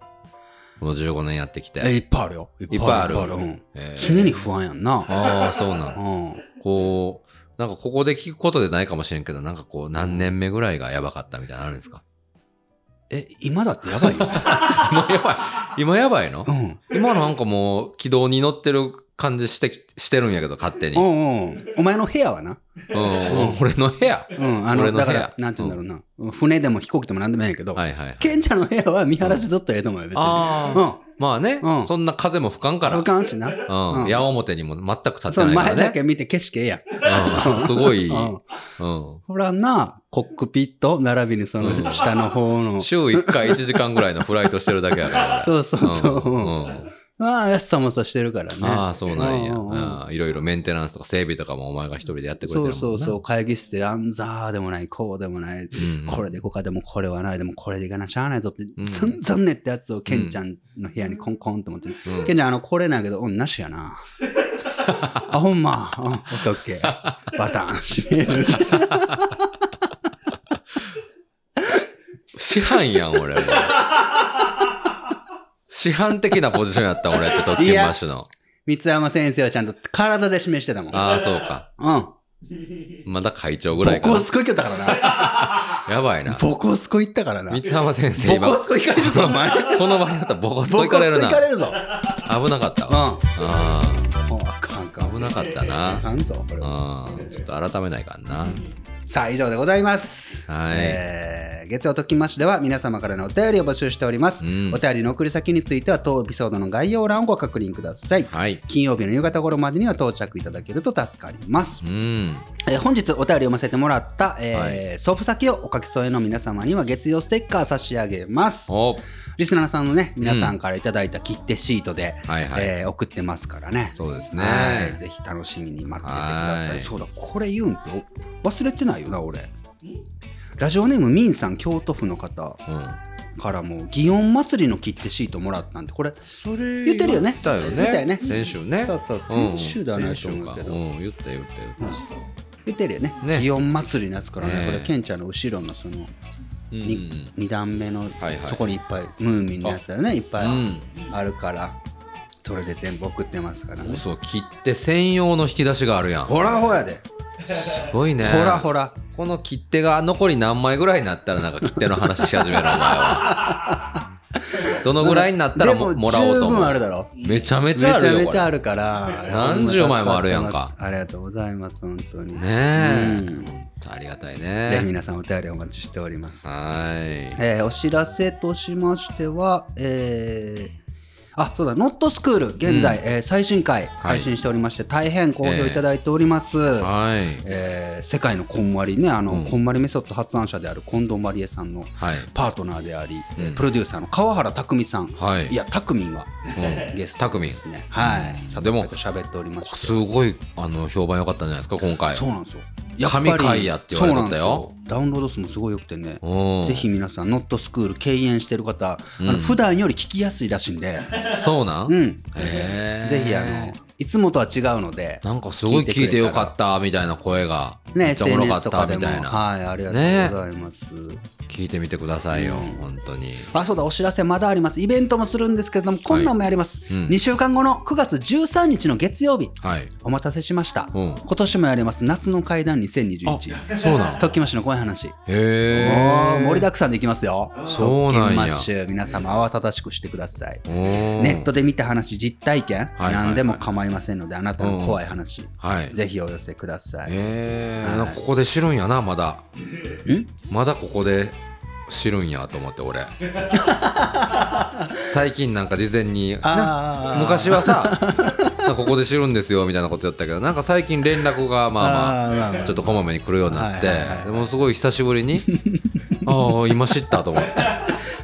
Speaker 2: この15年やってき
Speaker 1: え
Speaker 2: て。
Speaker 1: いっぱいあるよい
Speaker 2: いっぱいある。
Speaker 1: うん
Speaker 2: えー
Speaker 1: 常に不安やんな、
Speaker 2: ああ、そうな
Speaker 1: う
Speaker 2: の。
Speaker 1: ん、
Speaker 2: こう、なんかここで聞くことでないかもしれんけど、なんかこう何年目ぐらいがやばかったみたいなのあるんですか
Speaker 1: え今だってやばいよ、
Speaker 2: [LAUGHS] 今やばい。今やばいの
Speaker 1: うん、
Speaker 2: 今なんかもう軌道に乗ってる感じしてき、してるんやけど、勝手に。
Speaker 1: う
Speaker 2: うん。
Speaker 1: んうんお前の部屋はな、
Speaker 2: 俺の部屋。
Speaker 1: うん、あの
Speaker 2: 俺の部
Speaker 1: だ
Speaker 2: 屋
Speaker 1: からなんて言うんだろうな、船でも飛行機でもなんでもいいんやけど、
Speaker 2: はいはいはい。
Speaker 1: ケンちゃんの部屋は見晴らしとったらええと思うよ別に
Speaker 2: あ
Speaker 1: う
Speaker 2: あ。
Speaker 1: ん
Speaker 2: まあね、
Speaker 1: うん
Speaker 2: そんな風も吹かんから。
Speaker 1: 不
Speaker 2: う
Speaker 1: 感しな、
Speaker 2: ん。
Speaker 1: うん
Speaker 2: 矢面にも全く立っ
Speaker 1: そ
Speaker 2: て
Speaker 1: の
Speaker 2: ないから
Speaker 1: 前だ
Speaker 2: ね。
Speaker 1: け見て景色ええやん
Speaker 2: うんすごい。
Speaker 1: うん
Speaker 2: うん。
Speaker 1: ほらな、コックピット、並びにその下の方の。
Speaker 2: [LAUGHS] 週1回1時間ぐらいのフライトしてるだけやか
Speaker 1: [LAUGHS]
Speaker 2: ら。
Speaker 1: そうそうそう。
Speaker 2: ん
Speaker 1: うん
Speaker 2: ん
Speaker 1: まあ、安さもさしてるからね。
Speaker 2: ああ、そうなんや。
Speaker 1: うんうんうん
Speaker 2: ああいろいろメンテナンスとか整備とかもお前が一人でやってく
Speaker 1: そ
Speaker 2: れてるもん
Speaker 1: う
Speaker 2: な。
Speaker 1: そうそう、会議室で、あんざーでもない、こうでもない、
Speaker 2: ん
Speaker 1: これでこうかでも、これはない、でもこれでいかな、しゃあないぞって、
Speaker 2: ん
Speaker 1: ざんざんねってやつを、ケンちゃんの部屋にコンコンと思って、ケンちゃん、あの、これなんやけど、うん、なしや
Speaker 2: [LAUGHS]
Speaker 1: な。あ、ほんま。うん、オッケーオッケー。バタン、閉める。
Speaker 2: [LAUGHS] 師範やん、俺。もう師範的なポジションやった、俺って特
Speaker 1: い
Speaker 2: 権
Speaker 1: や
Speaker 2: マッシュの。
Speaker 1: 三山先生はちゃんと体で示してたもん。
Speaker 2: ああ、そうか。
Speaker 1: う
Speaker 2: まだ会長ぐ
Speaker 1: ん。
Speaker 2: らい
Speaker 1: ボコ
Speaker 2: か
Speaker 1: スコ行ったから
Speaker 2: [LAUGHS]
Speaker 1: な。
Speaker 2: やばいな。
Speaker 1: ボコスコ行ったからな。ボ
Speaker 2: 三
Speaker 1: コ
Speaker 2: 浜先生、今、
Speaker 1: スコ行かれるぞ、お
Speaker 2: [LAUGHS]
Speaker 1: 前。
Speaker 2: この場にあったらボコス
Speaker 1: ボコスコ
Speaker 2: と行かれる
Speaker 1: 行
Speaker 2: な。
Speaker 1: かれるぞ。
Speaker 2: 危なかった
Speaker 1: う
Speaker 2: わ。あ
Speaker 1: ん。もうあかんか
Speaker 2: あ、。危なかった
Speaker 1: あ
Speaker 2: な。
Speaker 1: かんぞ、これは。
Speaker 2: うん。ちょっと改めないかんな。
Speaker 1: さあ、以上でございます。
Speaker 2: はい
Speaker 1: えー月曜ときましでは皆様からのお便りを募集しております。
Speaker 2: うん
Speaker 1: お便りの送り先については当エピソードの概要欄をご確認ください。
Speaker 2: はい。
Speaker 1: 金曜日の夕方頃までには到着いただけると助かります
Speaker 2: う。ん。
Speaker 1: えー本日お便り読ませてもらった、えー
Speaker 2: はい
Speaker 1: 送付先をお書き添えの皆様には月曜ステッカー差し上げます。
Speaker 2: お
Speaker 1: リスナーさんのね、皆さんからいただいた切手シートで、
Speaker 2: はいはい
Speaker 1: えー送ってますからね。
Speaker 2: そうですね
Speaker 1: はいぜひ楽しみに待っててくださ。
Speaker 2: はいい
Speaker 1: そうだ、これ言うんってお忘れてないよな、俺。ラジオネームみんさん、京都府の方
Speaker 2: うん。
Speaker 1: からも、祇園祭りの切手シートもらったんで、これ、
Speaker 2: それ
Speaker 1: 言ってるよね
Speaker 2: 言ったよね。
Speaker 1: 言ったよね
Speaker 2: 先週ね。
Speaker 1: そうそう先週ではないと思うけど
Speaker 2: ん先週かうん、言った言った言った。
Speaker 1: 言ってるよね。
Speaker 2: ね
Speaker 1: 祇園祭りのやつからね、
Speaker 2: ね
Speaker 1: これ、ケンちゃんの後ろのその、
Speaker 2: うんう
Speaker 1: に
Speaker 2: ん
Speaker 1: 二段目の
Speaker 2: はいはい
Speaker 1: そこにいっぱいムーミンのやつだよねいっぱい
Speaker 2: うん
Speaker 1: あるからそれで全部送ってますから
Speaker 2: うん。
Speaker 1: ね
Speaker 2: そう、切って専用の引き出しがあるやん。
Speaker 1: ほらほらで
Speaker 2: すごいね。
Speaker 1: ほらほら
Speaker 2: この切手が残り何枚ぐらいになったらなんか切手の話し始めるお前は。
Speaker 1: [LAUGHS]
Speaker 2: どのぐらいになった
Speaker 1: で
Speaker 2: らも
Speaker 1: も
Speaker 2: もらおう
Speaker 1: 十
Speaker 2: と思
Speaker 1: 分あ
Speaker 2: う。
Speaker 1: るだろ
Speaker 2: めちゃめ
Speaker 1: め
Speaker 2: ち
Speaker 1: ち
Speaker 2: ゃ
Speaker 1: ゃ
Speaker 2: あるよ。
Speaker 1: めちゃ
Speaker 2: こ
Speaker 1: あるから
Speaker 2: 何十枚もあるやんか
Speaker 1: ありがとうございます本当に
Speaker 2: れ
Speaker 1: ぜ
Speaker 2: ね
Speaker 1: う
Speaker 2: え。ほんとありがたい
Speaker 1: ひ
Speaker 2: ね。
Speaker 1: 皆さんお便りお待ちしております
Speaker 2: はーい。
Speaker 1: えーお知らせとしましては、えーあそうだノットスクール現在、えー最新回配信しておりまして、大変好評いただいております、
Speaker 2: はい。
Speaker 1: えー世界のこんまりねあの、
Speaker 2: うん
Speaker 1: こんまりメソッド発案者である近藤まりえさんの
Speaker 2: はい。
Speaker 1: パートナーであり、えー
Speaker 2: うん
Speaker 1: プロデューサーの川原拓海さん、
Speaker 2: はい
Speaker 1: や拓海が
Speaker 2: うん
Speaker 1: ゲスト
Speaker 2: たくみん
Speaker 1: で。すねはい、佐藤
Speaker 2: でも
Speaker 1: 君と喋っておりまして
Speaker 2: すごい、あの、評判良かったんじゃないですか、今回。
Speaker 1: そうなんですよ
Speaker 2: 神回やって言われ
Speaker 1: そうなん
Speaker 2: とった
Speaker 1: です
Speaker 2: よ
Speaker 1: よ。ダウンロード数もすごい良くてね
Speaker 2: うん
Speaker 1: ぜひ皆さんノットスクール敬遠してる方、あの普段より聞きやすいらしいん
Speaker 2: [LAUGHS]
Speaker 1: で、
Speaker 2: そうなん
Speaker 1: う
Speaker 2: へ
Speaker 1: ん、
Speaker 2: え。
Speaker 1: ぜひあのいつもとは違うので
Speaker 2: なんかすごい聞いてよかったみたいな声が。め
Speaker 1: ね
Speaker 2: っちゃおもろか
Speaker 1: SNS と
Speaker 2: っ
Speaker 1: か
Speaker 2: た
Speaker 1: で
Speaker 2: み
Speaker 1: も
Speaker 2: たいな。
Speaker 1: はいありがとうございます、
Speaker 2: 聞いてみてくださいよ、本当に。
Speaker 1: あそうだお知らせまだありますイベントもするんですけれどもこんなんもやります、
Speaker 2: うん
Speaker 1: 2週間後の9月13日の月曜日
Speaker 2: はい。
Speaker 1: お待たせしました、
Speaker 2: うん
Speaker 1: 今年もやります夏の怪談2021 [LAUGHS]
Speaker 2: そうなん。
Speaker 1: ときましの怖い話
Speaker 2: へ
Speaker 1: もう
Speaker 2: え。
Speaker 1: 盛りだくさんでいきますよ
Speaker 2: そう
Speaker 1: 金
Speaker 2: なん
Speaker 1: マ
Speaker 2: や
Speaker 1: ッ。シュ皆様慌ただしくしてくださいネ
Speaker 2: ネ
Speaker 1: ッ。トで見た話実体験、
Speaker 2: はいはい
Speaker 1: 何でも構いませんのであなたの怖い話、
Speaker 2: はい。
Speaker 1: ぜひお寄せください、
Speaker 2: へえ。なんかここで知るんやな、まだ。まだここで知るんやと思っ
Speaker 1: [LAUGHS]
Speaker 2: て、俺。最近なんか事前に、
Speaker 1: あー
Speaker 2: 昔はさ、 [LAUGHS] ここで知るんですよみたいなことやったけど、なんか最近連絡がまあ
Speaker 1: あーまあま
Speaker 2: ま
Speaker 1: あ
Speaker 2: あ、ちょっとこまめに来るようになって
Speaker 1: はいはいは、い
Speaker 2: でもすごい久しぶり
Speaker 1: [LAUGHS]
Speaker 2: に、ああ、今知ったと思って。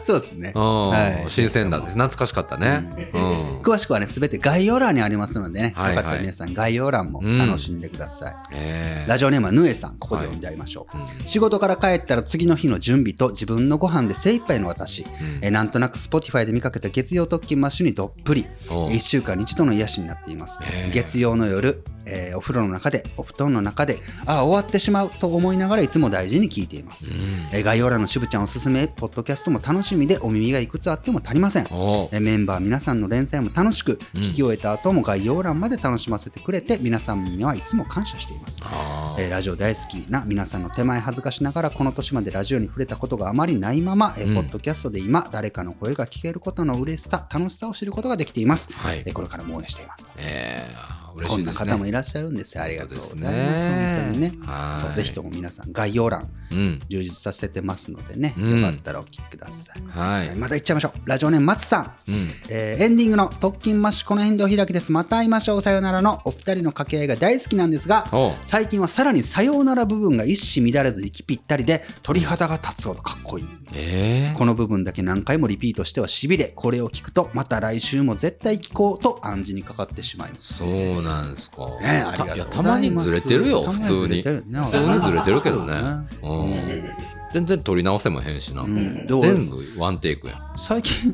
Speaker 1: そうですね、
Speaker 2: う
Speaker 1: は
Speaker 2: ん
Speaker 1: い
Speaker 2: 新鮮だです。懐かしかったね。うん。
Speaker 1: 詳しくはね全て概要欄にありますのでね、
Speaker 2: はいはい
Speaker 1: よかったら皆さん概要欄も楽しんでください、
Speaker 2: え
Speaker 1: ラジオネームはヌエさんここで呼んでありましょう、
Speaker 2: はいう
Speaker 1: 仕事から帰ったら次の日の準備と自分のご飯で精一杯の私、えーなんとなく Spotify で見かけた月曜特勤マッシュにどっぷり
Speaker 2: おう
Speaker 1: 1週間に一度の癒しになっています
Speaker 2: へー
Speaker 1: 月曜の夜、えーお風呂の中でお布団の中でああ終わってしまうと思いながらいつも大事に聞いています、えー概要欄のしぶちゃんおすすめポッドキャストも楽しみでお耳がいくつあっても足りません
Speaker 2: おう
Speaker 1: えーメンバー皆さんの連載も楽しく、聞き終えた後も概要欄まで楽しませてくれて皆さんにはいつも感謝しています、
Speaker 2: あ
Speaker 1: えーラジオ大好きな皆さんの手前恥ずかしながらこの年までラジオに触れたことがあまりないまま、えー
Speaker 2: うん
Speaker 1: ポッドキャストで今誰かの声が聞けることの嬉しさ楽しさを知ることができています、
Speaker 2: はい
Speaker 1: えーこれからも応援しています
Speaker 2: ーえーあ、嬉
Speaker 1: こ
Speaker 2: しい
Speaker 1: ん
Speaker 2: で
Speaker 1: な
Speaker 2: す
Speaker 1: 方も
Speaker 2: ね。
Speaker 1: いらっしゃるんですよ。ありがとうございます。
Speaker 2: そうですね
Speaker 1: 本当にね。
Speaker 2: はい
Speaker 1: そう、ぜひとも皆さん、概要欄、
Speaker 2: うん。
Speaker 1: 充実させてますのでね、
Speaker 2: うん
Speaker 1: よかったらお聞きください。
Speaker 2: はい。
Speaker 1: また行っちゃいましょう。ラジオネーム、松さん。
Speaker 2: うん。
Speaker 1: えーエンディングの特勤マッシュこの辺でお開きですまた会いましょうさよならのお二人の掛け合いが大好きなんですが
Speaker 2: おう
Speaker 1: 最近はさらにさようなら部分が一糸乱れず息ぴったりで鳥肌が立つほどかっこいい
Speaker 2: ええ
Speaker 1: この部分だけ何回もリピートしてはしびれこれを聞くとまた来週も絶対聞こうと暗示にかかってしまいます
Speaker 2: そうなんですか。
Speaker 1: ねありがとうございます
Speaker 2: たや、たまにずれてるよ、
Speaker 1: たま
Speaker 2: 普
Speaker 1: に
Speaker 2: 通
Speaker 1: ずれ
Speaker 2: に。
Speaker 1: てる
Speaker 2: 普
Speaker 1: ね
Speaker 2: 通にずれてるけど
Speaker 1: そうね。
Speaker 2: ねうん。全然取り直せもへんしな。
Speaker 1: んでも
Speaker 2: 全部ワンテイクやん。
Speaker 1: 最近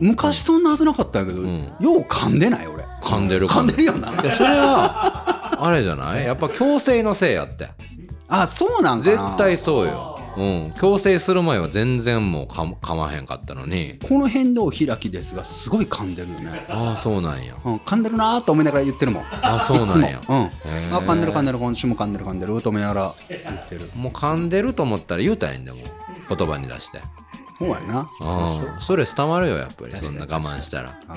Speaker 1: 昔そんなはずなかったんやけど、
Speaker 2: ん
Speaker 1: よう噛んでない俺
Speaker 2: 噛んでる
Speaker 1: 噛んでるよない
Speaker 2: や、それは、あれじゃないやっぱ強制のせいやって。
Speaker 1: あそうなんかな
Speaker 2: 絶対そうよ。うん。強制する前は全然もうか噛まへんかったのに。
Speaker 1: この辺でお開きですがすごい噛んでるよね、
Speaker 2: ああ、そうなんや。
Speaker 1: うん、噛んでるなーと思いながら言ってるもん
Speaker 2: あそうなんや
Speaker 1: いつもうん
Speaker 2: へー
Speaker 1: あ噛んでる噛んでる今週も噛んでる噛んでると思いながら言ってる
Speaker 2: もう噛んでると思ったら言うたらいいんだもん。言葉に出して。
Speaker 1: そうやな
Speaker 2: うん。ストレス溜まるよ、やっぱり。そんな我慢したら。うん。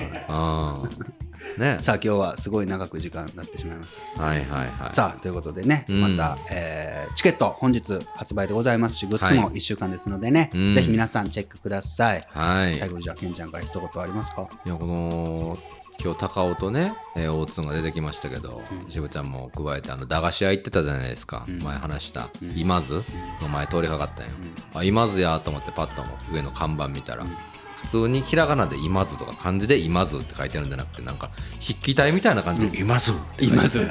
Speaker 2: ね。
Speaker 1: さあ今日はすごい長く時間になってしまいまし
Speaker 2: はいはいは
Speaker 1: た
Speaker 2: い。
Speaker 1: さあということでね、
Speaker 2: うん
Speaker 1: また、えーチケット本日発売でございますしグッズも
Speaker 2: は
Speaker 1: 1週間ですのでね、
Speaker 2: うん
Speaker 1: ぜひ皆さんチェックください、
Speaker 2: はい。
Speaker 1: 最後にじゃあケンちゃんから一言ありますか
Speaker 2: いやこの今日高尾とね、えー、大津が出てきましたけど、渋ちゃんも加えてあの駄菓子屋行ってたじゃないですか、前話した、今津の前通りかかったんよ、あ今津やと思ってパッとも上の看板見たら、普通にひらがなで今津とか漢字で今津って書いてあるんじゃなくてなんか筆記体みたいな感じで今津って書いてある
Speaker 1: ず
Speaker 2: 今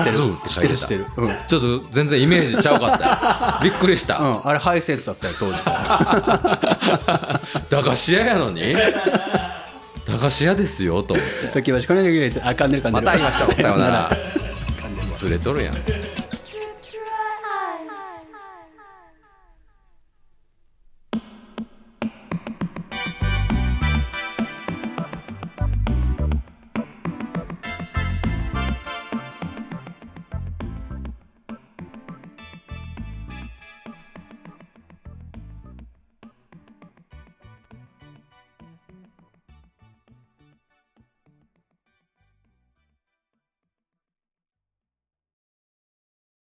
Speaker 2: 津って書
Speaker 1: 知っ
Speaker 2: いてた
Speaker 1: てる知ってるうん
Speaker 2: ちょっと全然イメージちゃうかったよびっくりした、
Speaker 1: うん、あれハイセンスだったよ当
Speaker 2: [LAUGHS]
Speaker 1: 時
Speaker 2: 駄菓子屋や
Speaker 1: [LAUGHS]
Speaker 2: のに駄菓子屋ですよと思って
Speaker 1: 時はしこれできるやつあ噛んでる噛んで
Speaker 2: ま
Speaker 1: る [LAUGHS]
Speaker 2: た会いましょうさようなら
Speaker 1: 噛んでるわ
Speaker 2: ずれとるやん